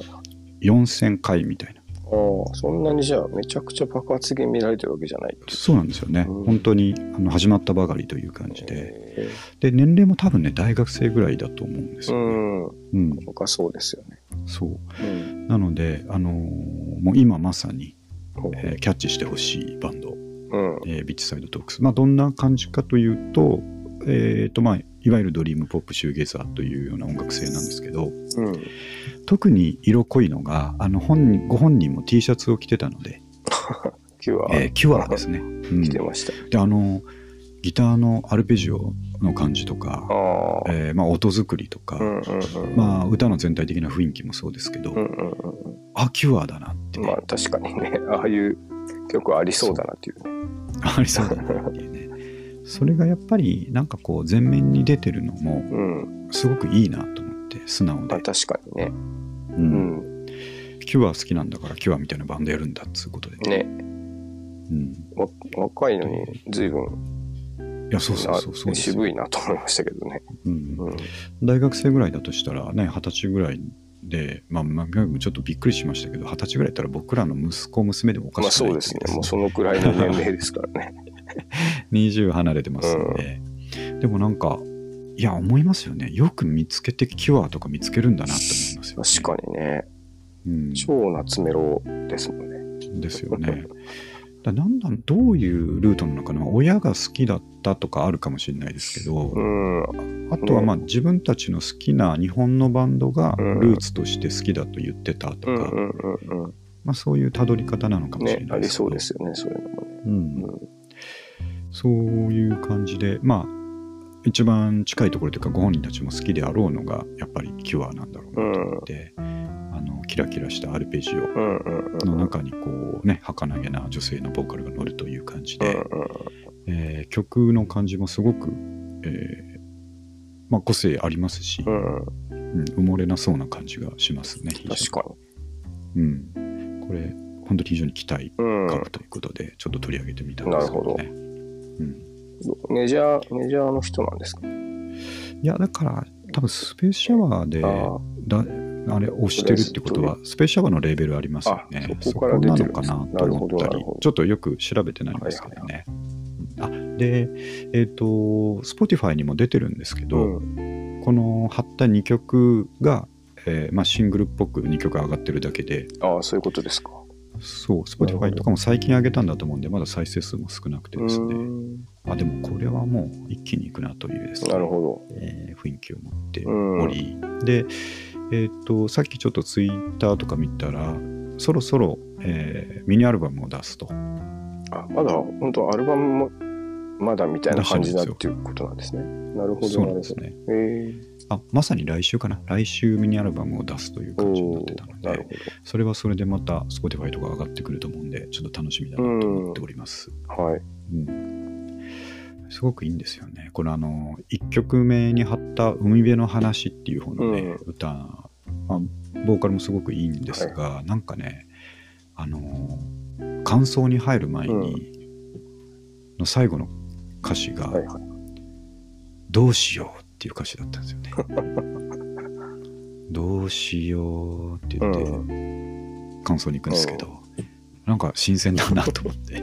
[SPEAKER 2] い。
[SPEAKER 1] 4000回みたいな
[SPEAKER 2] ああ、そんなにじゃあ、めちゃくちゃ爆発的に見られてるわけじゃないって
[SPEAKER 1] そうなんですよね、
[SPEAKER 2] うん
[SPEAKER 1] 本当にあの始まったばかりという感じで、
[SPEAKER 2] え
[SPEAKER 1] で年齢も多分ね大学生ぐらいだと思うんです
[SPEAKER 2] ー、
[SPEAKER 1] よ、ね
[SPEAKER 2] うん。
[SPEAKER 1] うん
[SPEAKER 2] 僕はそうですよね。
[SPEAKER 1] そう
[SPEAKER 2] うん。
[SPEAKER 1] なので、あのーもう今まさに、
[SPEAKER 2] ほう
[SPEAKER 1] えーキャッチしてほしいバンド、
[SPEAKER 2] うん。
[SPEAKER 1] えービッチサイドトークス、まあ、どんな感じかというと,、えーとまあ、いわゆるドリームポップシューゲーザーというような音楽性なんですけど
[SPEAKER 2] うん。
[SPEAKER 1] 特に色濃いのがあの本人ご本人も T シャツを着てたので、
[SPEAKER 2] キュア、
[SPEAKER 1] えーキュアですね、うん
[SPEAKER 2] 来て
[SPEAKER 1] で
[SPEAKER 2] ました。
[SPEAKER 1] あのギターのアルペジオの感じとか、
[SPEAKER 2] ああ。
[SPEAKER 1] えーまあ、音作りとか、
[SPEAKER 2] うんうんうん。
[SPEAKER 1] まあ、歌の全体的な雰囲気もそうですけど、
[SPEAKER 2] うんうんうん
[SPEAKER 1] あキュアだなって、
[SPEAKER 2] うん。まあ、確かにね、ああいう曲ありそうだなっていうね。
[SPEAKER 1] ありそうだなっていうね。それがやっぱりなんかこう前面に出てるのも
[SPEAKER 2] うん。
[SPEAKER 1] すごくいいなと思って素直
[SPEAKER 2] まあ
[SPEAKER 1] で、
[SPEAKER 2] 確かにね。
[SPEAKER 1] う
[SPEAKER 2] うんん。
[SPEAKER 1] キュア好きなんだからキュアみたいなバンドやるんだっつうことで、
[SPEAKER 2] ね。
[SPEAKER 1] うん、
[SPEAKER 2] わ若いのに随分
[SPEAKER 1] いやそうそうそうそう
[SPEAKER 2] な
[SPEAKER 1] ですよ
[SPEAKER 2] 渋いなと思いましたけどね。
[SPEAKER 1] うん
[SPEAKER 2] うん。
[SPEAKER 1] 大学生ぐらいだとしたらね二十歳ぐらいでまあ、まあ、ちょっとびっくりしましたけど二十歳ぐらいだったら僕らの息子娘でもおか
[SPEAKER 2] まあ
[SPEAKER 1] しくない
[SPEAKER 2] そ
[SPEAKER 1] う
[SPEAKER 2] ですね。もうそのくらいの年齢ですからね。
[SPEAKER 1] 20離れてますんで、でもなんかいや思いますよねよく見つけてキュアとか見つけるんだなって思いますよ、ね、
[SPEAKER 2] [laughs] 確かにね。
[SPEAKER 1] に、うん、
[SPEAKER 2] 超夏メロですもんね。
[SPEAKER 1] ですよね。だなんだどういうルートなのかな親が好きだったとかあるかもしれないですけど、
[SPEAKER 2] うん。
[SPEAKER 1] あとはまあ自分たちの好きな日本のバンドが
[SPEAKER 2] うん
[SPEAKER 1] ルーツとして好きだと言ってたとか、
[SPEAKER 2] うんうんうんうん。
[SPEAKER 1] まあ、そういうたどり方なのかもしれ
[SPEAKER 2] ね、
[SPEAKER 1] な
[SPEAKER 2] あ
[SPEAKER 1] い
[SPEAKER 2] り
[SPEAKER 1] け
[SPEAKER 2] そ
[SPEAKER 1] ど
[SPEAKER 2] うですよね、そういうのもね。
[SPEAKER 1] うん
[SPEAKER 2] うん
[SPEAKER 1] そういう感じでまあ一番近いところというかご本人たちも好きであろうのがやっぱりキュアなんだろうなと思って、あのキラキラしたアルペジオ
[SPEAKER 2] うんうんうん。
[SPEAKER 1] の中にこうね儚げな女性のボーカルが乗るという感じ
[SPEAKER 2] うん
[SPEAKER 1] で、えー曲の感じもすごく、えーまあ、個性ありますし、
[SPEAKER 2] うんうん。
[SPEAKER 1] うん埋もれなそうな感じがしますね非常に
[SPEAKER 2] 確かに。
[SPEAKER 1] うん、これ本当に非常に期待
[SPEAKER 2] うん。
[SPEAKER 1] 株ということで、ちょっと取り上げてみたんですけどね。うん、
[SPEAKER 2] メジャー、メジャーの人なんですか
[SPEAKER 1] いやだから多分スペースシャワーで
[SPEAKER 2] あ
[SPEAKER 1] だあれ押してるってことはスペースシャワーのレーベルありますよね
[SPEAKER 2] あそこから出てるん
[SPEAKER 1] そ
[SPEAKER 2] です
[SPEAKER 1] こなのかなと思った
[SPEAKER 2] なるほどなる
[SPEAKER 1] り
[SPEAKER 2] ほど
[SPEAKER 1] ちょっとよく調べてないんですけどね。あでえっ、と Spotify にも出てるんですけど、
[SPEAKER 2] ん。
[SPEAKER 1] この貼った2曲が、えーまあ、シングルっぽく2曲上がってるだけで
[SPEAKER 2] ああ、そういうことですか。
[SPEAKER 1] そう
[SPEAKER 2] なるほ
[SPEAKER 1] Spotify
[SPEAKER 2] ど
[SPEAKER 1] とかも最近上げたんだと思うんでまだ再生数も少なくてですね。
[SPEAKER 2] ん。
[SPEAKER 1] あでもこれはもう一気にいくなというですね
[SPEAKER 2] なるほ
[SPEAKER 1] えー雰囲気を持っており、で、えー、とさっきちょっとツイッターとか見たらそろそろ、えーミニアルバムを出すと
[SPEAKER 2] ど。あ、まだ、本当アルバムも、まだみたいな感じだっていうことなんですね。なるほ
[SPEAKER 1] そ
[SPEAKER 2] ど、
[SPEAKER 1] う
[SPEAKER 2] な
[SPEAKER 1] なん
[SPEAKER 2] る
[SPEAKER 1] です
[SPEAKER 2] ほど。
[SPEAKER 1] ね
[SPEAKER 2] えー
[SPEAKER 1] あまさに来週かな来週ミニアルバムを出すという感じにな
[SPEAKER 2] お
[SPEAKER 1] ってた
[SPEAKER 2] ー
[SPEAKER 1] の
[SPEAKER 2] なる
[SPEAKER 1] でそれはそれでまた Spotify とか上がってくると思うんでちょっと楽しみだなと思っております、
[SPEAKER 2] ほど。はい。
[SPEAKER 1] うん、すごくいいんですよねこれあの1曲目に貼った「海辺の話」っていう方のね、
[SPEAKER 2] うん
[SPEAKER 1] 歌、まあ、ボーカルもすごくいいんですが、なんかねあの感想に入る前に、の最後の歌詞が
[SPEAKER 2] はいはい。
[SPEAKER 1] 「どうしよう」っていう歌詞だったんです
[SPEAKER 2] [laughs]
[SPEAKER 1] よね。どうしようって言って
[SPEAKER 2] うん。
[SPEAKER 1] 感想に行くんですけど、なんか新鮮だなと思って、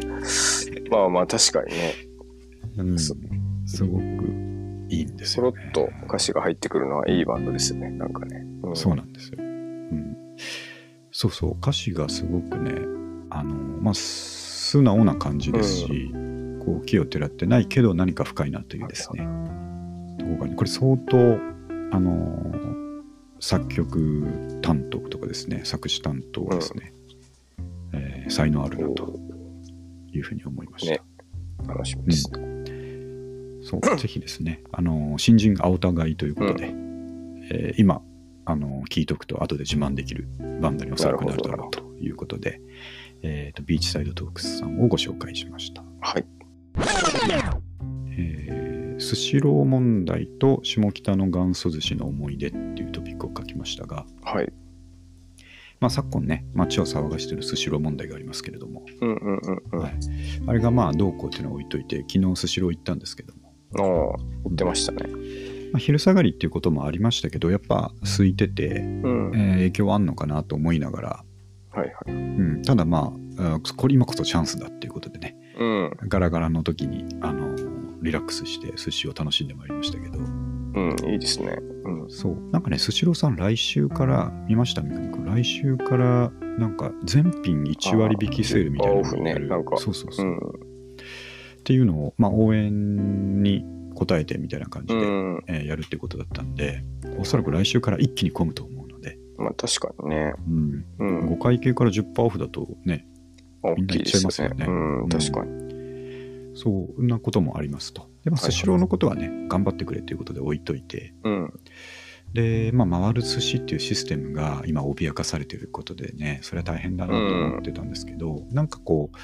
[SPEAKER 2] まあまあ、確かにね、
[SPEAKER 1] うんす
[SPEAKER 2] そ
[SPEAKER 1] ごくいいんです
[SPEAKER 2] そ
[SPEAKER 1] よ、
[SPEAKER 2] ろ
[SPEAKER 1] ね。
[SPEAKER 2] っと歌詞が入ってくるのはいいバンドですよね、なんかね。うん
[SPEAKER 1] そうなんですよ。うん、そうそう歌詞がすごくねあの、まあ、素直な感じですし、こう奇をてらってないけど何か深いなというですねところがねこれ相当あの作曲担当とかですね作詞担当ですね、えー才能あるなというふうに思いました。
[SPEAKER 2] ね楽しみですね。 [coughs]
[SPEAKER 1] そう、ぜひですね、あの新人青田買いということで、えー今、あの聞いとくと後で自慢できるバンドにおそらくなるだ
[SPEAKER 2] なる
[SPEAKER 1] ろう
[SPEAKER 2] ほ
[SPEAKER 1] ということで、えーとビーチサイドトークスさんをご紹介しました。
[SPEAKER 2] はい。
[SPEAKER 1] えースシロー問題と下北の元祖寿司の思い出っていうトピックを書きましたが、
[SPEAKER 2] はい。
[SPEAKER 1] まあ、昨今ね、街を騒がしているスシロー問題がありますけれども、
[SPEAKER 2] うんうんうんうん。
[SPEAKER 1] は
[SPEAKER 2] あ
[SPEAKER 1] いあれがまあどうこうっていうのは置いといて、昨日スシロー行ったんですけども、
[SPEAKER 2] あ、言ってましたね。
[SPEAKER 1] まあ、昼下がりっていうこともありましたけど、やっぱ空いてて、え
[SPEAKER 2] うん。はい
[SPEAKER 1] ー影響はあんのかなと思いながら、
[SPEAKER 2] はい。
[SPEAKER 1] うん、ただまああーこれ今こそチャンスだっていうことでね
[SPEAKER 2] うん。
[SPEAKER 1] ガラガラの時にあのーリラックスして寿司を楽しんでまいりましたけど
[SPEAKER 2] うん、いいですね。うん。
[SPEAKER 1] そうなんかねスシローさん来週から見ましたみくみくん来週からなんか全品1割引きセールみたいなの
[SPEAKER 2] あーオフ
[SPEAKER 1] を
[SPEAKER 2] ね
[SPEAKER 1] やる
[SPEAKER 2] なんか
[SPEAKER 1] そうそうそうう、
[SPEAKER 2] ん。
[SPEAKER 1] っていうのを、まあ、応援に応えてみたいな感じ
[SPEAKER 2] う
[SPEAKER 1] で、
[SPEAKER 2] ん。
[SPEAKER 1] えーやるってことだったんでおそらく来週から一気に混むと思うので、
[SPEAKER 2] まあ確かにね。
[SPEAKER 1] うん、
[SPEAKER 2] うん。
[SPEAKER 1] 5会計から10%オフだとね
[SPEAKER 2] 大き
[SPEAKER 1] みんな行っ
[SPEAKER 2] いです
[SPEAKER 1] ちゃいます
[SPEAKER 2] よ
[SPEAKER 1] よ
[SPEAKER 2] ね。
[SPEAKER 1] ね
[SPEAKER 2] うん、確かに。
[SPEAKER 1] そんなこともありますと。で、まあ、
[SPEAKER 2] はい
[SPEAKER 1] スシローのことはね、頑張ってくれということで置いといて、
[SPEAKER 2] うん。
[SPEAKER 1] で、まあ、回る寿司っていうシステムが今脅かされていることでねそれは大変だなと思ってたんですけど、なんかこう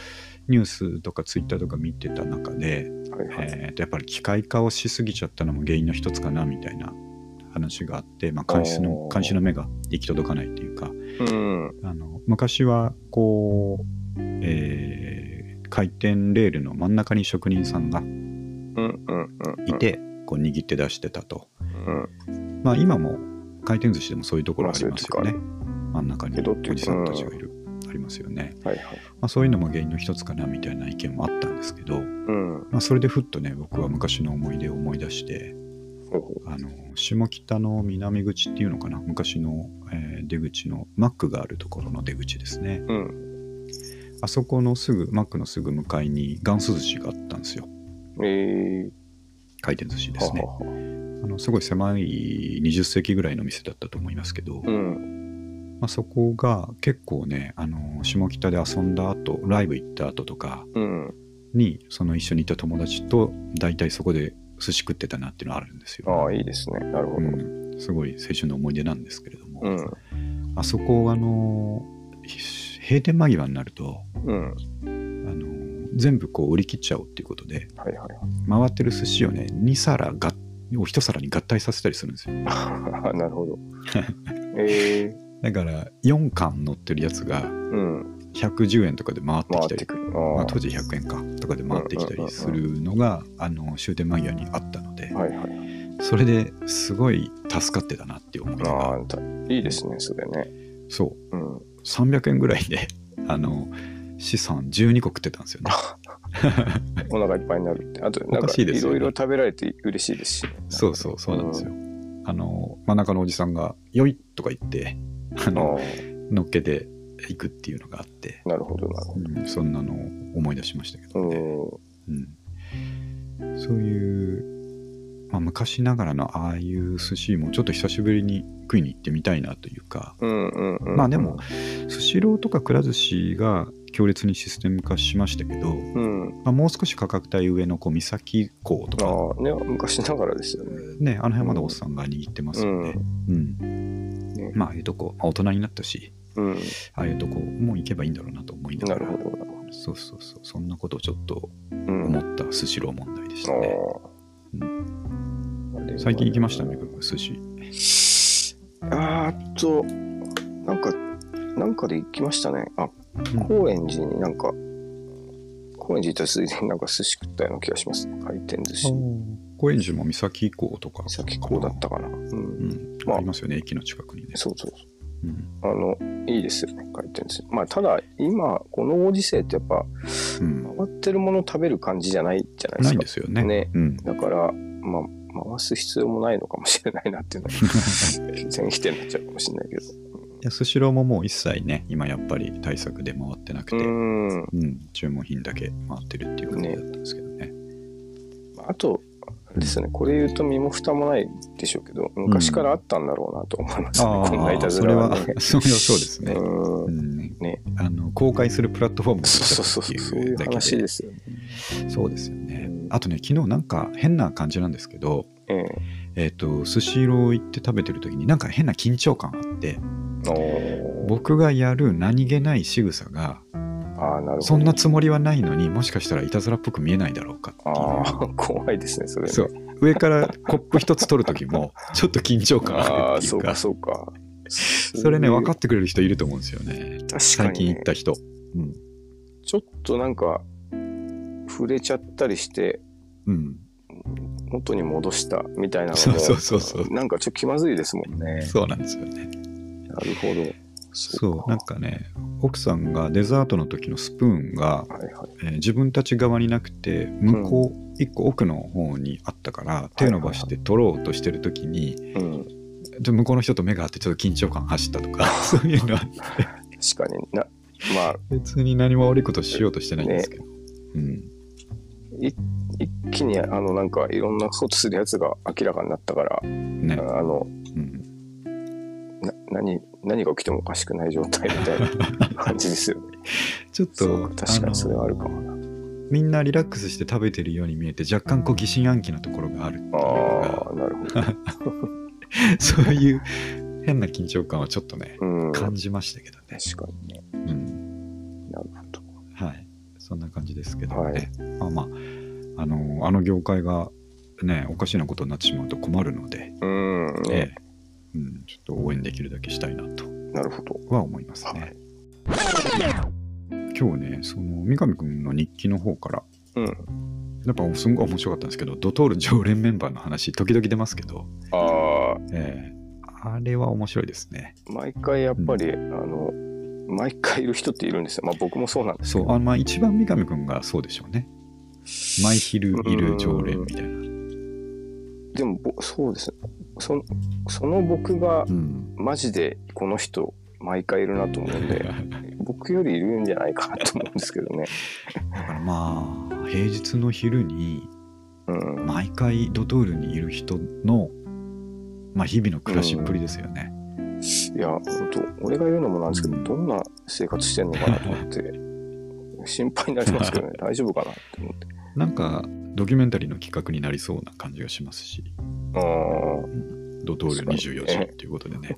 [SPEAKER 1] ニュースとかツイッターとか見てた中で、
[SPEAKER 2] はいはい。
[SPEAKER 1] えーとやっぱり機械化をしすぎちゃったのも原因の一つかなみたいな話があって、まあ、監視の
[SPEAKER 2] おー
[SPEAKER 1] 監視の目が行き届かないっていうか
[SPEAKER 2] うん。
[SPEAKER 1] あの昔はこう、えー回転レールの真ん中に職人さんが
[SPEAKER 2] うんうんうん。
[SPEAKER 1] い。て、こう握って出してたと。
[SPEAKER 2] うん。
[SPEAKER 1] まあ今も回転寿司でもそういうところありますよね。真
[SPEAKER 2] ま
[SPEAKER 1] ん中に
[SPEAKER 2] 江戸っていう
[SPEAKER 1] おじさんたちがいる。ありますよね。
[SPEAKER 2] はいはい。
[SPEAKER 1] まあそういうのも原因の一つかなみたいな意見もあったんですけど、
[SPEAKER 2] うん。
[SPEAKER 1] まあそれでふっとね、僕は昔の思い出を思い出して、
[SPEAKER 2] ほうほ
[SPEAKER 1] あの、下北の南口っていうのかな、昔の、えー出口のマックがあるところの出口ですね。
[SPEAKER 2] ううん。
[SPEAKER 1] あそこのすぐ、マックのすぐ向かいに元祖寿司があったんですよ。
[SPEAKER 2] えー
[SPEAKER 1] 回転寿司ですね
[SPEAKER 2] は。はは
[SPEAKER 1] あのすごい狭い20世紀ぐらいの店だったと思いますけど、
[SPEAKER 2] うん。
[SPEAKER 1] まあ、そこが結構ねあの下北で遊んだ後ライブ行った後とか
[SPEAKER 2] うん。
[SPEAKER 1] にその一緒にいた友達と大体そこで寿司食ってたなっていうのはあるんですよ。
[SPEAKER 2] ああ、いいですね。なるほ
[SPEAKER 1] う
[SPEAKER 2] ど。
[SPEAKER 1] ん、すごい青春の思い出なんですけれども、
[SPEAKER 2] うん。
[SPEAKER 1] あそこあのひ閉店間際になると
[SPEAKER 2] うん。
[SPEAKER 1] あの全部こう売り切っちゃおうっていうことで
[SPEAKER 2] はいはい。
[SPEAKER 1] 回ってる寿司をね2皿がを1皿に合体させたりするんですよ
[SPEAKER 2] あなる
[SPEAKER 1] [laughs]
[SPEAKER 2] ほど。ええ
[SPEAKER 1] だから4貫乗ってるやつが
[SPEAKER 2] うん。
[SPEAKER 1] 110円とかで回って
[SPEAKER 2] 回
[SPEAKER 1] き
[SPEAKER 2] った
[SPEAKER 1] り
[SPEAKER 2] てくる。
[SPEAKER 1] まあ、
[SPEAKER 2] あ
[SPEAKER 1] 当時100円かとかで回ってきたりするのが、あの終点間際にあったので
[SPEAKER 2] あ。、はいはい。
[SPEAKER 1] それですごい助かってたなっていう思い出
[SPEAKER 2] あ
[SPEAKER 1] が
[SPEAKER 2] あ、たいいですね、それね。
[SPEAKER 1] そう
[SPEAKER 2] うん。
[SPEAKER 1] 300円ぐらいで [laughs] あの資産12個食ってたんですよね
[SPEAKER 2] お腹いっぱいになるって。あと、なん
[SPEAKER 1] おか
[SPEAKER 2] か、
[SPEAKER 1] しい
[SPEAKER 2] い
[SPEAKER 1] ですよ
[SPEAKER 2] ろ
[SPEAKER 1] ね
[SPEAKER 2] いろ食べられて嬉しいですしね。
[SPEAKER 1] そうそうそうなんですよ、あの真ん中のおじさんが「よい!」とか言ってあ
[SPEAKER 2] あ
[SPEAKER 1] の
[SPEAKER 2] あ、
[SPEAKER 1] 乗っけていくっていうのがあって、
[SPEAKER 2] なるほど、なるほ
[SPEAKER 1] うん、そんなのを思い出しましたけど
[SPEAKER 2] ど。
[SPEAKER 1] ね、うん、そういう、まあ、昔ながらのああいう寿司もちょっと久しぶりに食いに行ってみたいなというか、
[SPEAKER 2] うんうんうん。
[SPEAKER 1] まあでも、スシローとかくら寿司が強烈にシステム化しましたけど、
[SPEAKER 2] うん。
[SPEAKER 1] まあ、もう少し価格帯上のこう三崎港とか、
[SPEAKER 2] ああ、ね、昔ながらですよね。
[SPEAKER 1] ね、あの辺まだおっさんが握ってますよね。うん
[SPEAKER 2] ね
[SPEAKER 1] まあああいうとこ、まあ大人になったし、
[SPEAKER 2] うん。
[SPEAKER 1] ああいうとこも行けばいいんだろうなと思いな
[SPEAKER 2] な
[SPEAKER 1] が
[SPEAKER 2] る
[SPEAKER 1] ら、
[SPEAKER 2] ほど、なるほ
[SPEAKER 1] そうそうそう、そんなことをちょっと
[SPEAKER 2] ど。うん。
[SPEAKER 1] 思
[SPEAKER 2] あ
[SPEAKER 1] ったスシロー問題でしたね。
[SPEAKER 2] あ。
[SPEAKER 1] 最近行きましたね、僕寿司。
[SPEAKER 2] あーっと、なんか、なんかで行きましたね。あ、高円寺になんか、高円寺行ったついでになんか寿司食ったような気がします。回転寿司。
[SPEAKER 1] 高円寺も三崎以降とか。
[SPEAKER 2] さっきこうだったかな。うん。
[SPEAKER 1] うん。
[SPEAKER 2] まあ
[SPEAKER 1] ありますよね、駅の近くにね。
[SPEAKER 2] そうそう
[SPEAKER 1] うん。
[SPEAKER 2] あの、いいですよね、回転寿司。まあ、ただ、今、このご時世ってやっぱ、
[SPEAKER 1] うん
[SPEAKER 2] 回ってるもの食べる感じじゃないじゃないです
[SPEAKER 1] な
[SPEAKER 2] か。
[SPEAKER 1] いですよね。
[SPEAKER 2] ね
[SPEAKER 1] うん。
[SPEAKER 2] だから、まあ、回す必要もないのかもしれないなっていうの
[SPEAKER 1] [laughs]
[SPEAKER 2] は、全否定になっちゃうかもしれないけど。
[SPEAKER 1] いやスシローももう一切ね、今やっぱり対策で回ってなく
[SPEAKER 2] う
[SPEAKER 1] て、うん
[SPEAKER 2] ーん。
[SPEAKER 1] 注文品だけ回ってるっていう感じだったんですけどね。
[SPEAKER 2] あと、あれですね、これ言うと身も蓋もないでしょうけど、昔からあったんだろうなと思いますね、
[SPEAKER 1] あ
[SPEAKER 2] こんないた
[SPEAKER 1] あ、
[SPEAKER 2] ず
[SPEAKER 1] それ
[SPEAKER 2] ら
[SPEAKER 1] は、 [laughs]
[SPEAKER 2] ね。
[SPEAKER 1] そうそうですね。
[SPEAKER 2] う。
[SPEAKER 1] うんん
[SPEAKER 2] ね
[SPEAKER 1] あの公開するプラットフォームが
[SPEAKER 2] そうそう
[SPEAKER 1] って
[SPEAKER 2] そう、そう
[SPEAKER 1] い
[SPEAKER 2] いうう
[SPEAKER 1] だけ
[SPEAKER 2] 話
[SPEAKER 1] で
[SPEAKER 2] ですよね。
[SPEAKER 1] そうですよね
[SPEAKER 2] うん
[SPEAKER 1] あとね昨日なんか変な感じなんですけど、
[SPEAKER 2] ええ。
[SPEAKER 1] えっとスシロー行って食べてる時になんか変な緊張感あって、
[SPEAKER 2] おー
[SPEAKER 1] 僕がやる何気ない仕草が
[SPEAKER 2] ああ、なるほど。
[SPEAKER 1] そんなつもりはないのにもしかしたらいたずらっぽく見えないだろうかっていう
[SPEAKER 2] ああ、怖いですね、それね。
[SPEAKER 1] そう上からコップ一つ取る時もちょっと緊張感あ
[SPEAKER 2] あ
[SPEAKER 1] る
[SPEAKER 2] あ、
[SPEAKER 1] ってい
[SPEAKER 2] そうう
[SPEAKER 1] か
[SPEAKER 2] か、そうか。
[SPEAKER 1] [laughs] それね分か
[SPEAKER 2] っ
[SPEAKER 1] ってくれる人いると思うんですよね
[SPEAKER 2] た。
[SPEAKER 1] 最
[SPEAKER 2] 確か
[SPEAKER 1] 近
[SPEAKER 2] に、
[SPEAKER 1] 行っ
[SPEAKER 2] ね。
[SPEAKER 1] た人、うん
[SPEAKER 2] ちょっとなんか、触れちゃったりして、
[SPEAKER 1] うん、
[SPEAKER 2] 元に戻したみたいなのも、
[SPEAKER 1] そうそうそうそう
[SPEAKER 2] なんかちょっと気まずいですもんね。
[SPEAKER 1] そうなんですよね
[SPEAKER 2] なるほど。
[SPEAKER 1] そうなんかね奥さんがデザートの時のスプーンが、
[SPEAKER 2] はいはい。
[SPEAKER 1] えー自分たち側になくて向こう一個奥の方にあったから手伸ばして取ろうとしてる時に、
[SPEAKER 2] うん。
[SPEAKER 1] ちょっと向こうの人と目が合ってちょっと緊張感走ったと
[SPEAKER 2] [laughs]
[SPEAKER 1] かそういうのは
[SPEAKER 2] 確かにな、まあ、
[SPEAKER 1] 別に何も悪いことしようとしてないんですけど、
[SPEAKER 2] 一気に、あの、なんか、いろんなことするやつが明らかになったから、
[SPEAKER 1] うんね、
[SPEAKER 2] あの、
[SPEAKER 1] うん、
[SPEAKER 2] な何、何が起きてもおかしくない状態みたいな
[SPEAKER 1] [laughs]
[SPEAKER 2] 感じですよね。
[SPEAKER 1] ちょっ
[SPEAKER 2] そう
[SPEAKER 1] と
[SPEAKER 2] か確かにそれはある
[SPEAKER 1] の
[SPEAKER 2] かもな。
[SPEAKER 1] みんなリラックスして食べてるように見えて若干こう疑心暗鬼なところがあるっていうの
[SPEAKER 2] あ
[SPEAKER 1] が
[SPEAKER 2] あ、なるほど。
[SPEAKER 1] [laughs] そういう変な緊張感はちょっとね、
[SPEAKER 2] うん。確
[SPEAKER 1] 感じましたけどね。
[SPEAKER 2] かにね。
[SPEAKER 1] うん。
[SPEAKER 2] なるほど。
[SPEAKER 1] はい。そんな感じですけど
[SPEAKER 2] は
[SPEAKER 1] ね。まあまあ、あの、あの業界がね、おかしなことになってしまうと困るので、
[SPEAKER 2] うん。
[SPEAKER 1] ええうん、ちょっと応援できるだけしたいなと
[SPEAKER 2] なるほど。
[SPEAKER 1] は思います
[SPEAKER 2] は
[SPEAKER 1] ね
[SPEAKER 2] い。。
[SPEAKER 1] 今日ね、その三上くんの日記の方から、
[SPEAKER 2] うん。
[SPEAKER 1] やっぱすごい面白かったんですけど、ドトール常連メンバーの話、時々出ますけど、
[SPEAKER 2] ああ、
[SPEAKER 1] ええあれは面白いですね。
[SPEAKER 2] 毎回やっぱり、あの、毎回いる人っているんですよ。まあ僕もそうなんです
[SPEAKER 1] そ
[SPEAKER 2] け
[SPEAKER 1] う、
[SPEAKER 2] ど。
[SPEAKER 1] あまあ一番三上くんがそうでしょうね。毎昼いる常連みたいな。
[SPEAKER 2] でもぼ、そうですね。そのその僕が、
[SPEAKER 1] うん。
[SPEAKER 2] マジでこの人、毎回いるなと思うんで、僕よりいるんじゃないかなと思うんですけどね。
[SPEAKER 1] だからまあ、平日の昼に、
[SPEAKER 2] うん。
[SPEAKER 1] 毎回ドトールにいる人の、まあ日々の暮らしっぷりですよね。
[SPEAKER 2] いや、本当俺が言うのもなんですけど、どんな生活してんのかなと思って、心配になりま
[SPEAKER 1] [laughs]
[SPEAKER 2] すけどね、大丈夫かなって思って。
[SPEAKER 1] なんか、ドキュメンタリーの企画になりそうな感じがしますし。
[SPEAKER 2] あ
[SPEAKER 1] ドトール24時っていうことでね。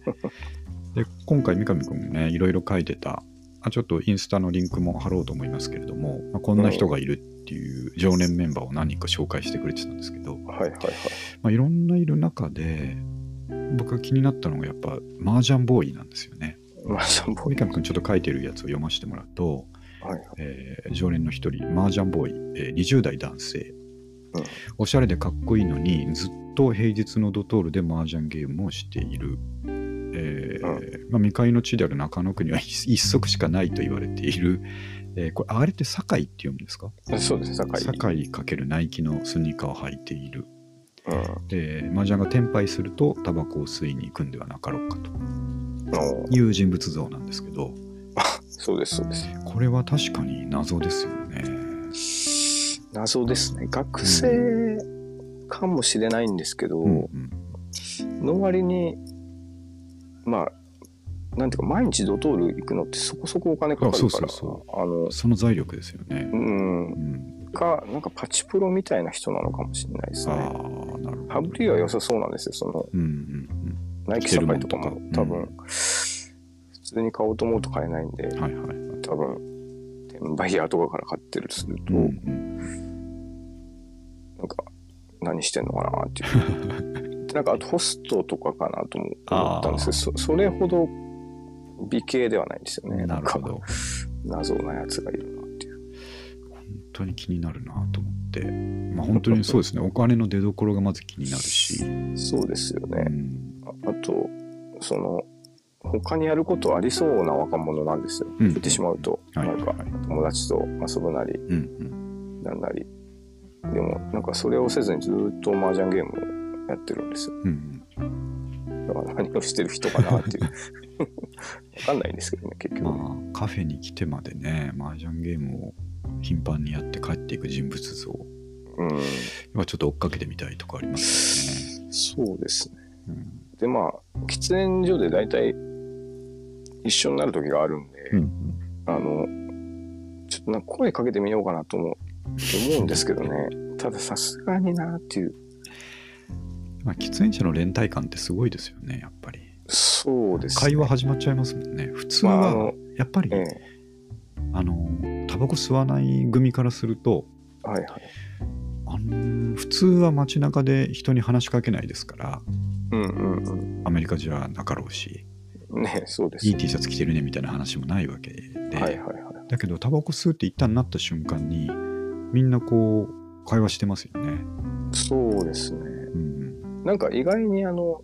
[SPEAKER 1] で、今回三上くんもね、いろいろ書いてた、あちょっとインスタのリンクも貼ろうと思いますけれども、まあ、こんな人がいるっていう常連メンバーを何人か紹介してくれてたんですけど、
[SPEAKER 2] あ、はいはいはい。
[SPEAKER 1] まあ、いろんないる中で、僕が気になったのがやっぱ麻雀ボーイなんですよね。
[SPEAKER 2] マージャンボー
[SPEAKER 1] 三上くんちょっと書いてるやつを読ませてもらうと、
[SPEAKER 2] イ。はいはい。
[SPEAKER 1] えー常連の一人麻雀ボーイ、えー20代男性、
[SPEAKER 2] うん
[SPEAKER 1] おしゃれでかっこいいのにずっと平日のドトールで麻雀ゲームをしている、えーまあ、未開の地である中野区には一足しかないと言われている、えーこれあれって堺って読むんですか
[SPEAKER 2] そうです、酒井。
[SPEAKER 1] 堺かけるナイキのスニーカーを履いている
[SPEAKER 2] うん。
[SPEAKER 1] で麻雀が転廃するとタバコを吸いに行くんではなかろうかと
[SPEAKER 2] の
[SPEAKER 1] いう人物像なんですけど
[SPEAKER 2] そうです、そうです。
[SPEAKER 1] これは確かに謎ですよね
[SPEAKER 2] 謎ですね。学生かもしれないんですけど、
[SPEAKER 1] うんうん
[SPEAKER 2] の割に、まあ、なんていうか、毎日ドトール行くのってそこそこお金かかるから、
[SPEAKER 1] あそうそうそ
[SPEAKER 2] あの、
[SPEAKER 1] その財力ですよね、
[SPEAKER 2] うん
[SPEAKER 1] う、ん、
[SPEAKER 2] か、なんかパチプロみたいな人なのかもしれないです
[SPEAKER 1] ああなる
[SPEAKER 2] ね。
[SPEAKER 1] ほど
[SPEAKER 2] 羽振りは良さそうなんですよ、その、
[SPEAKER 1] うんうん
[SPEAKER 2] ナイキ社会とかも
[SPEAKER 1] 着て
[SPEAKER 2] 多
[SPEAKER 1] るも
[SPEAKER 2] 分、
[SPEAKER 1] のと
[SPEAKER 2] 普通に買おうと思うと買えないんで
[SPEAKER 1] う、んはいはいはい
[SPEAKER 2] 多分、転売ヤーとかから買ってるとすると、
[SPEAKER 1] うんうん
[SPEAKER 2] なんか、何してんのかなっていう。
[SPEAKER 1] [laughs]
[SPEAKER 2] でなんか、あとホストとかかなとも思ったんですけど、そそれほど美形ではないんですよね。
[SPEAKER 1] なるほ
[SPEAKER 2] んか
[SPEAKER 1] ど
[SPEAKER 2] 謎なやつがいるなっていう。
[SPEAKER 1] 本当に気になるなと思ってまあ本当にそう
[SPEAKER 2] [laughs]
[SPEAKER 1] ですねお金の出どころがまず気になるし、
[SPEAKER 2] そうですよ
[SPEAKER 1] う
[SPEAKER 2] ね。
[SPEAKER 1] ん、
[SPEAKER 2] ああと、その、他にやることありそうな若者なんですよ。
[SPEAKER 1] うん
[SPEAKER 2] 言ってしまうと、
[SPEAKER 1] はい
[SPEAKER 2] なんか
[SPEAKER 1] はい
[SPEAKER 2] 友達と遊ぶなり
[SPEAKER 1] うんうん
[SPEAKER 2] なんなりでもなんかそれをせずにずっと麻雀ゲームをやってるんですよ
[SPEAKER 1] うん
[SPEAKER 2] だから何をしてる人か
[SPEAKER 1] [laughs]
[SPEAKER 2] なっていうわかんないんですけどね結
[SPEAKER 1] うん
[SPEAKER 2] 局、
[SPEAKER 1] まあカフェに来てまでね麻雀ゲームを頻繁にやって帰っていく人物像
[SPEAKER 2] うん
[SPEAKER 1] はちょっと追っかけてみたいとかあります
[SPEAKER 2] そうですね
[SPEAKER 1] よね、
[SPEAKER 2] でまあ喫煙所で大体一緒になる時があるんで、
[SPEAKER 1] うんうん
[SPEAKER 2] あのちょっとなんか声かけてみようかなと思う思うんですけどねたださすがになっていう
[SPEAKER 1] まあ、喫煙者の連帯感ってすごいですよねやっぱり
[SPEAKER 2] そうですね
[SPEAKER 1] 会話始まっちゃいますもんね普通
[SPEAKER 2] まああ
[SPEAKER 1] は
[SPEAKER 2] の
[SPEAKER 1] やっぱり、
[SPEAKER 2] ええ
[SPEAKER 1] あのタバコ吸わない組からすると
[SPEAKER 2] はいはい
[SPEAKER 1] あの普通は街中で人に話しかけないですから
[SPEAKER 2] うんうん
[SPEAKER 1] アメリカじゃなかろうし
[SPEAKER 2] うんねそうです
[SPEAKER 1] いい T シャツ着てるねみたいな話もないわけで、
[SPEAKER 2] はいはいはい
[SPEAKER 1] だけどタバコ吸うって一旦なった瞬間にみんなこう会話してますよね。
[SPEAKER 2] そうですね。
[SPEAKER 1] うん
[SPEAKER 2] なんか意外にあの、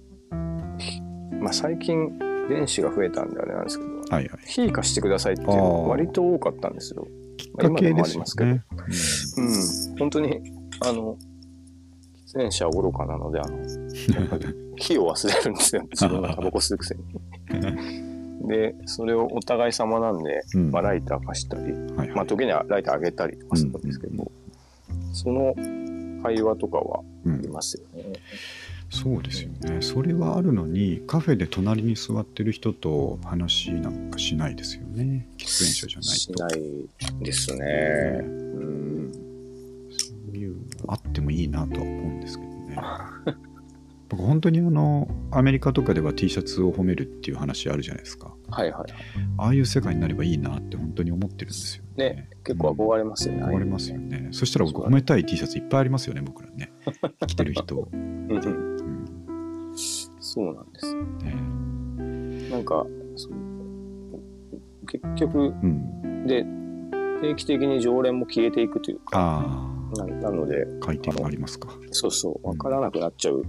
[SPEAKER 2] ひまあ、最近電子が増えたんであれなんですけど、
[SPEAKER 1] はいはい、
[SPEAKER 2] 非化してくださいっていう
[SPEAKER 1] あー
[SPEAKER 2] の割と多かったんですよ。
[SPEAKER 1] きっかけですよね。
[SPEAKER 2] うん。本当に、あの、喫煙者は愚かなので、あの、火を忘れるんですよ。自分がタバコ吸うくせ
[SPEAKER 1] [laughs]
[SPEAKER 2] に。で、それをお互い様なんで、
[SPEAKER 1] うん
[SPEAKER 2] まあ、ライター貸したり、
[SPEAKER 1] はいはい
[SPEAKER 2] まあ、時にはライターあげたりとかするんですけど、その会話とかは
[SPEAKER 1] う
[SPEAKER 2] あり
[SPEAKER 1] ん、
[SPEAKER 2] ますよね。
[SPEAKER 1] そうですよね。それはあるのにカフェで隣に座ってる人と話なんかしないですよね。喫煙者じゃない
[SPEAKER 2] し
[SPEAKER 1] と。
[SPEAKER 2] ないですね。うん。 [laughs]
[SPEAKER 1] そういうのあってもいいなとは思うんですけどね。僕本当にあのアメリカとかでは T シャツを褒めるっていう話あるじゃないですか
[SPEAKER 2] はいはい。
[SPEAKER 1] ああいう世界になればいいなって本当に思ってるんですよね
[SPEAKER 2] ね、結構憧れますよね。
[SPEAKER 1] 思いますよねそしたら僕褒めたい T シャツいっぱいありますよね僕ら
[SPEAKER 2] [laughs]
[SPEAKER 1] ね着てる人、
[SPEAKER 2] うん
[SPEAKER 1] うんね
[SPEAKER 2] そうなんです。なんか、その結局、
[SPEAKER 1] うん、
[SPEAKER 2] で、定期的に常連も消えていくという
[SPEAKER 1] あ
[SPEAKER 2] ななので、
[SPEAKER 1] あ回転がありますか
[SPEAKER 2] そうそう、わからなくなっちゃう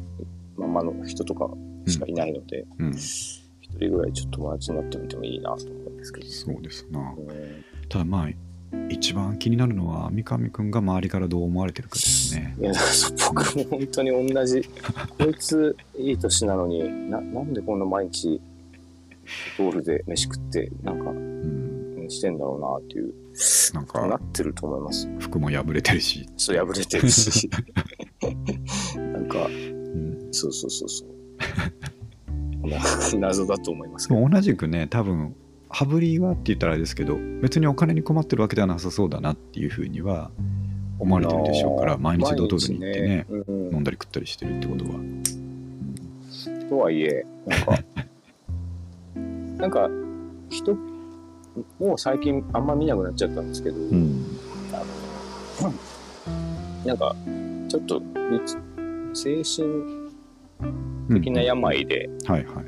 [SPEAKER 2] ままの人とかしかいないので、
[SPEAKER 1] うん
[SPEAKER 2] 一人ぐらいちょっと友達になってみてもいいなと思うんですけど。
[SPEAKER 1] そうですな
[SPEAKER 2] うん
[SPEAKER 1] ただまあ一番気になるのは三上くんが周りからどう思われてるかですね
[SPEAKER 2] いやだからそう僕も本当に同じこいついい年なのにななんでこんな毎日ゴールで飯食ってなんか
[SPEAKER 1] うん
[SPEAKER 2] うんしてんだろうなっていう
[SPEAKER 1] なん
[SPEAKER 2] な
[SPEAKER 1] か
[SPEAKER 2] ってると思います
[SPEAKER 1] 服も破れてるし、
[SPEAKER 2] そう破れてるし
[SPEAKER 1] [laughs]
[SPEAKER 2] なんか
[SPEAKER 1] うん、
[SPEAKER 2] そうそうそう [laughs] そうな謎だと思います
[SPEAKER 1] でも同じくね多分羽振りはって言ったらあれですけど別にお金に困ってるわけではなさそうだなっていうふうには思われてるでしょうから毎日ドトールに行ってね
[SPEAKER 2] 毎日ね
[SPEAKER 1] 飲んだり食ったりしてるってことは、
[SPEAKER 2] うん、とはいえな
[SPEAKER 1] [laughs]
[SPEAKER 2] んかなんか人もう最近あんま見なくなっちゃったんですけど、
[SPEAKER 1] うん、
[SPEAKER 2] なんか、ちょっとうつ、精神的な病で、
[SPEAKER 1] はいはい、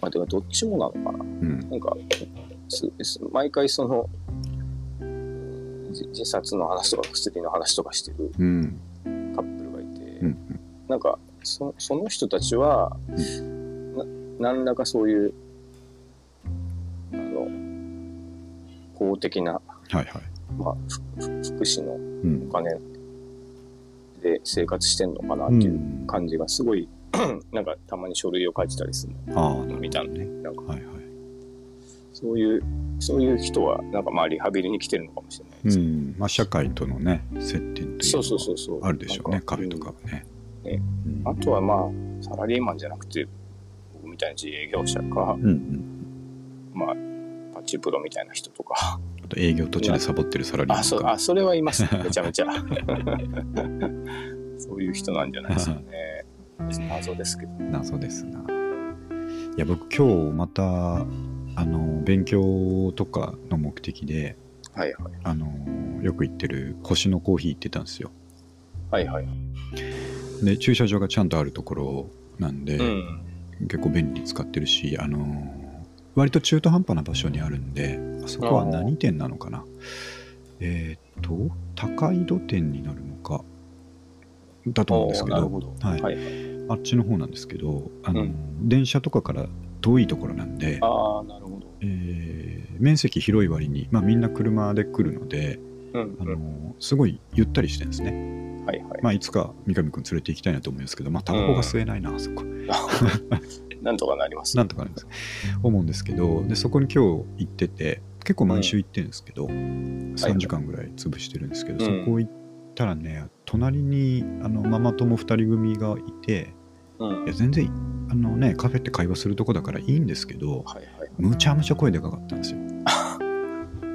[SPEAKER 2] まあ、てか、どっちもなのか
[SPEAKER 1] う
[SPEAKER 2] な。
[SPEAKER 1] ん、
[SPEAKER 2] なんか、すす毎回その、じ自殺の話とか薬の話とかしてる
[SPEAKER 1] うん
[SPEAKER 2] カップルがいて、
[SPEAKER 1] うん
[SPEAKER 2] なんかそ、その人たちは、な何らかそういう、あの、公的な、
[SPEAKER 1] はいはい
[SPEAKER 2] まあ、ふふ福祉の
[SPEAKER 1] う
[SPEAKER 2] お
[SPEAKER 1] ん
[SPEAKER 2] 金で生活してんのかなって
[SPEAKER 1] う
[SPEAKER 2] いう。
[SPEAKER 1] ん
[SPEAKER 2] 感じがすごい [clears throat] なんかたまに書類を書いてたりする
[SPEAKER 1] ああなる
[SPEAKER 2] の
[SPEAKER 1] ほ
[SPEAKER 2] 見た
[SPEAKER 1] ど
[SPEAKER 2] んで
[SPEAKER 1] ね
[SPEAKER 2] なんか
[SPEAKER 1] はいはい
[SPEAKER 2] そういうそういう人はなんかまあリハビリに来てるのかもしれないで
[SPEAKER 1] う
[SPEAKER 2] す、
[SPEAKER 1] んまあ、社会とのね接点というか
[SPEAKER 2] そうそうそうそう
[SPEAKER 1] あるでしょうね
[SPEAKER 2] なん
[SPEAKER 1] 壁とかはね
[SPEAKER 2] うんね
[SPEAKER 1] うん
[SPEAKER 2] うんあとはまあサラリーマンじゃなくて僕みたいな自営業者か
[SPEAKER 1] うんうん
[SPEAKER 2] まあパチプロみたいな人
[SPEAKER 1] [laughs]
[SPEAKER 2] とか
[SPEAKER 1] あと営業途中でサボってるサラリーマン
[SPEAKER 2] あそ
[SPEAKER 1] と
[SPEAKER 2] う
[SPEAKER 1] か
[SPEAKER 2] あそれはいます [laughs] ねめちゃめちゃそういう人なんじゃないですかね謎ですけど
[SPEAKER 1] 謎ですないや僕今日またあの勉強とかの目的で
[SPEAKER 2] はいはい
[SPEAKER 1] あのよく行ってる星のコーヒー行ってたんですよ
[SPEAKER 2] はいはい、
[SPEAKER 1] で駐車場がちゃんとあるところなんで、
[SPEAKER 2] うん
[SPEAKER 1] 結構便利に使ってるし、あのー割と中途半端な場所にあるんであそこは何店なのかなえっ、と高井戸店になるのかだと思うんですけ
[SPEAKER 2] おーな
[SPEAKER 1] ど
[SPEAKER 2] るほど
[SPEAKER 1] はい
[SPEAKER 2] はい
[SPEAKER 1] あっちの方なんですけど、あのー
[SPEAKER 2] う
[SPEAKER 1] 電車とかから遠いところなんで、
[SPEAKER 2] ああなるほど
[SPEAKER 1] えー面積広い割に、まあ、みんな車で来るので、
[SPEAKER 2] うん
[SPEAKER 1] あ
[SPEAKER 2] う
[SPEAKER 1] の
[SPEAKER 2] ん
[SPEAKER 1] ーすごいゆったりしてるんですね、
[SPEAKER 2] はいはい、
[SPEAKER 1] まあ、いつか三上君連れて行きたいなと思うんですけど、まあ、タバコが吸えないな、あそこ
[SPEAKER 2] なんとかなります
[SPEAKER 1] なんとかあります思うんですけどでそこに今日行ってて結構毎週行ってるんですけど、3時間ぐらい潰してるんですけど、
[SPEAKER 2] うん
[SPEAKER 1] そこ行ったらね隣にあのママ友2人組がいて
[SPEAKER 2] うん
[SPEAKER 1] いや全然あの、ね、カフェって会話するとこだからいいんですけど
[SPEAKER 2] はいはい。
[SPEAKER 1] むちゃむちゃ声でかかったんですよ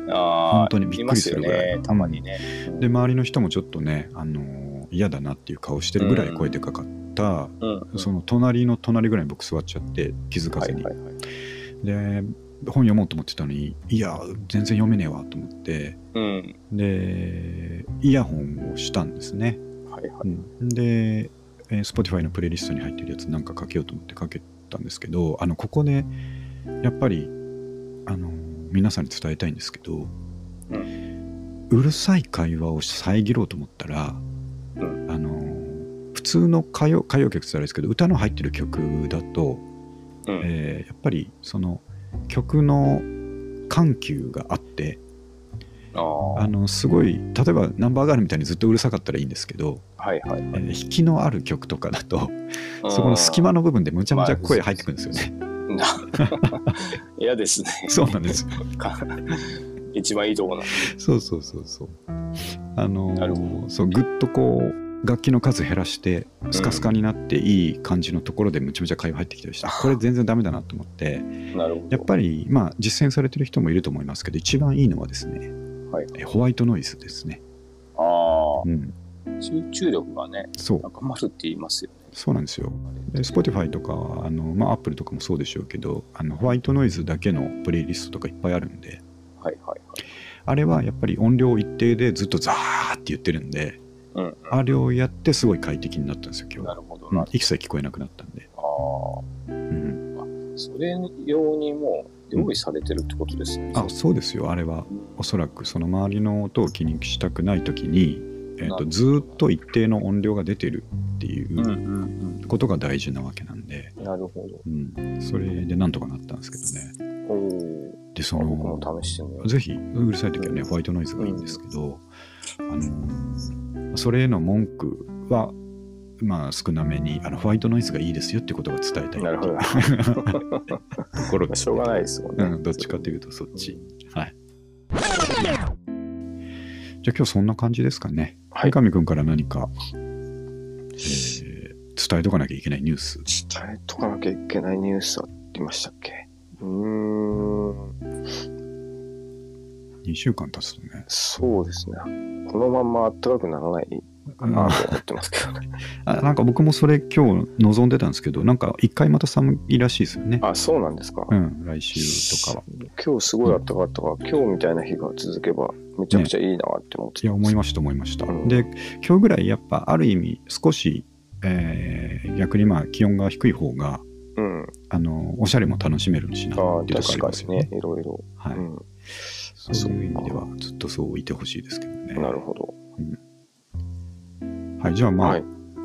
[SPEAKER 2] あー
[SPEAKER 1] 本当にびっくりするぐらい
[SPEAKER 2] いますよね、たまにね。
[SPEAKER 1] で周りの人もちょっとね、あのー嫌だなっていう顔してるぐらい声でかかった、
[SPEAKER 2] うん、
[SPEAKER 1] その隣の隣ぐらいに僕座っちゃって気づか
[SPEAKER 2] は
[SPEAKER 1] ず
[SPEAKER 2] い
[SPEAKER 1] に、
[SPEAKER 2] はいはい。
[SPEAKER 1] で本読もうと思ってたのにいや全然読めねえわと思って
[SPEAKER 2] うん、
[SPEAKER 1] でイヤホンをしたんですね、
[SPEAKER 2] はいは
[SPEAKER 1] うんで、えー Spotify のプレイリストに入ってるやつなんかかけようと思ってかけたんですけどあのここでやっぱりあの皆さんに伝えたいんですけど、
[SPEAKER 2] う
[SPEAKER 1] うるさい会話を遮ろうと思ったら、
[SPEAKER 2] うん
[SPEAKER 1] あの普通の歌謡歌謡曲って言ったらあれですけど歌の入ってる曲だと
[SPEAKER 2] い。うん、
[SPEAKER 1] えーやっぱりその曲の緩急があって
[SPEAKER 2] ああ、
[SPEAKER 1] あのすごい例えばナンバーガールみたいにずっとうるさかったらいいんですけど、
[SPEAKER 2] はいはい
[SPEAKER 1] え
[SPEAKER 2] はい。
[SPEAKER 1] ー引きのある曲とかだとそこの隙間の部分でむちゃむちゃ声入ってくるんですよね。
[SPEAKER 2] うん。な嫌ですね。
[SPEAKER 1] そうなんですよ。
[SPEAKER 2] [laughs] か一番いいとこな。
[SPEAKER 1] そうそうそうそう。あのー
[SPEAKER 2] なるほど
[SPEAKER 1] そうぐっとこう楽器の数減らしてスカスカになっていい感じのところでむちゃむちゃ会話入ってきたりして、あこれ全然ダメだなと思って
[SPEAKER 2] なるほど。
[SPEAKER 1] やっぱりまあ実践されてる人もいると思いますけど一番いいのはですね、
[SPEAKER 2] はい
[SPEAKER 1] えーホワイトノイズですね。
[SPEAKER 2] あ
[SPEAKER 1] うん、
[SPEAKER 2] あ、集中力がね、
[SPEAKER 1] そう
[SPEAKER 2] 高まるって言いますよね。
[SPEAKER 1] そうなんですよ。で Spotify とかはあの、まあ、Apple とかもそうでしょうけどあのホワイトノイズだけのプレイリストとかいっぱいあるんで
[SPEAKER 2] はいはい
[SPEAKER 1] あれはやっぱり音量一定でずっとザーって言ってるんで
[SPEAKER 2] はい。うん、
[SPEAKER 1] あれをやってすごい快適になったんですよ今
[SPEAKER 2] な
[SPEAKER 1] 日、
[SPEAKER 2] るほど
[SPEAKER 1] ま
[SPEAKER 2] な。
[SPEAKER 1] あ、一切聞こえなくなったんで、
[SPEAKER 2] ああ。
[SPEAKER 1] うん、
[SPEAKER 2] それ用にもう用意されてるってことですね。
[SPEAKER 1] あそうですよあれは
[SPEAKER 2] うん
[SPEAKER 1] おそらくその周りの音を気にしたくない時に、えー、
[SPEAKER 2] なるほ
[SPEAKER 1] と
[SPEAKER 2] ど
[SPEAKER 1] ずーっと一定の音量が出てるっていう
[SPEAKER 2] うん
[SPEAKER 1] うことが大事なわけなんで、
[SPEAKER 2] うん。なるほど。
[SPEAKER 1] うん、それでなんとかなったんですけどね
[SPEAKER 2] おお。
[SPEAKER 1] でそ
[SPEAKER 2] 僕
[SPEAKER 1] の
[SPEAKER 2] も試してみよう。
[SPEAKER 1] ぜひうるさい時はねホワイトノイズがいいんですけど、あのそれへの文句はまあ少なめにあのホワイトノイズがいいですよってことが伝えたいっていう
[SPEAKER 2] なるほど [laughs]
[SPEAKER 1] ところで
[SPEAKER 2] しょうがないですもんね。
[SPEAKER 1] うん、どっちかというとそっち、はいじゃあ今日そんな感じですかね
[SPEAKER 2] はい
[SPEAKER 1] 三上君から何か、えー伝えとかなきゃいけないニュース
[SPEAKER 2] 伝えとかなきゃいけないニュースありましたっけうーん、
[SPEAKER 1] 2週間経つとね
[SPEAKER 2] そうですね。このまんまあったかくならないかなと思ってますけどね。
[SPEAKER 1] あなんか僕もそれ今日望んでたんですけどなんか一回また寒いらしいですよね
[SPEAKER 2] あ、そうなんですか。
[SPEAKER 1] うん来週とかは
[SPEAKER 2] 今日すごいあったかかったから、今日みたいな日が続けば、めちゃくちゃいいなって思って
[SPEAKER 1] いや思い
[SPEAKER 2] ま
[SPEAKER 1] ました思いました、
[SPEAKER 2] うん
[SPEAKER 1] で今日ぐらいやっぱある意味少し、えー逆にまあ気温が低い方が
[SPEAKER 2] す。うん。
[SPEAKER 1] あのおしゃれも楽しめるしな
[SPEAKER 2] ああ
[SPEAKER 1] っていうところあ
[SPEAKER 2] 確
[SPEAKER 1] り
[SPEAKER 2] か
[SPEAKER 1] ます
[SPEAKER 2] に
[SPEAKER 1] よね
[SPEAKER 2] ね、いろいろ。
[SPEAKER 1] は
[SPEAKER 2] う
[SPEAKER 1] い、
[SPEAKER 2] ん。
[SPEAKER 1] そういう意味ではずっとそういてほしいですけどね
[SPEAKER 2] なるほど。
[SPEAKER 1] はい、じゃあまあ、
[SPEAKER 2] はい。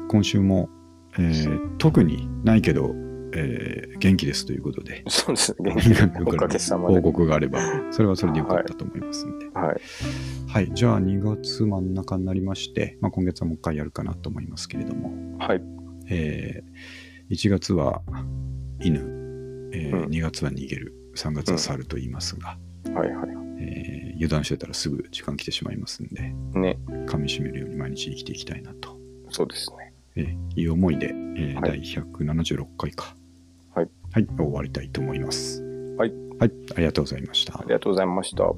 [SPEAKER 1] 今週も、えー特にないけど、えー元気ですということで
[SPEAKER 2] そうですね。
[SPEAKER 1] 三 [laughs] 上君
[SPEAKER 2] お
[SPEAKER 1] か
[SPEAKER 2] からげさ
[SPEAKER 1] の
[SPEAKER 2] まで
[SPEAKER 1] 報。告があればそれはそれでよかったと思いますんで、
[SPEAKER 2] はい。
[SPEAKER 1] はい、じゃあ2月真ん中になりまして、まあ、今月はもう一回やるかなと思いますけれども
[SPEAKER 2] はい。
[SPEAKER 1] えー1月は犬、えー
[SPEAKER 2] うん
[SPEAKER 1] 2月は逃げる3月は猿と言いますが、
[SPEAKER 2] はい。は
[SPEAKER 1] えー油断してたらすぐ時間来てしまいますんで
[SPEAKER 2] い。ね。
[SPEAKER 1] 噛みしめるように毎日生きていきたいなと、
[SPEAKER 2] そうですね。
[SPEAKER 1] えーいう思いで、えー
[SPEAKER 2] は
[SPEAKER 1] 第
[SPEAKER 2] い
[SPEAKER 1] 176回か
[SPEAKER 2] はい、
[SPEAKER 1] はい終わりたいと思います
[SPEAKER 2] はい、
[SPEAKER 1] はい、ありがとうございました
[SPEAKER 2] ありがとうございました。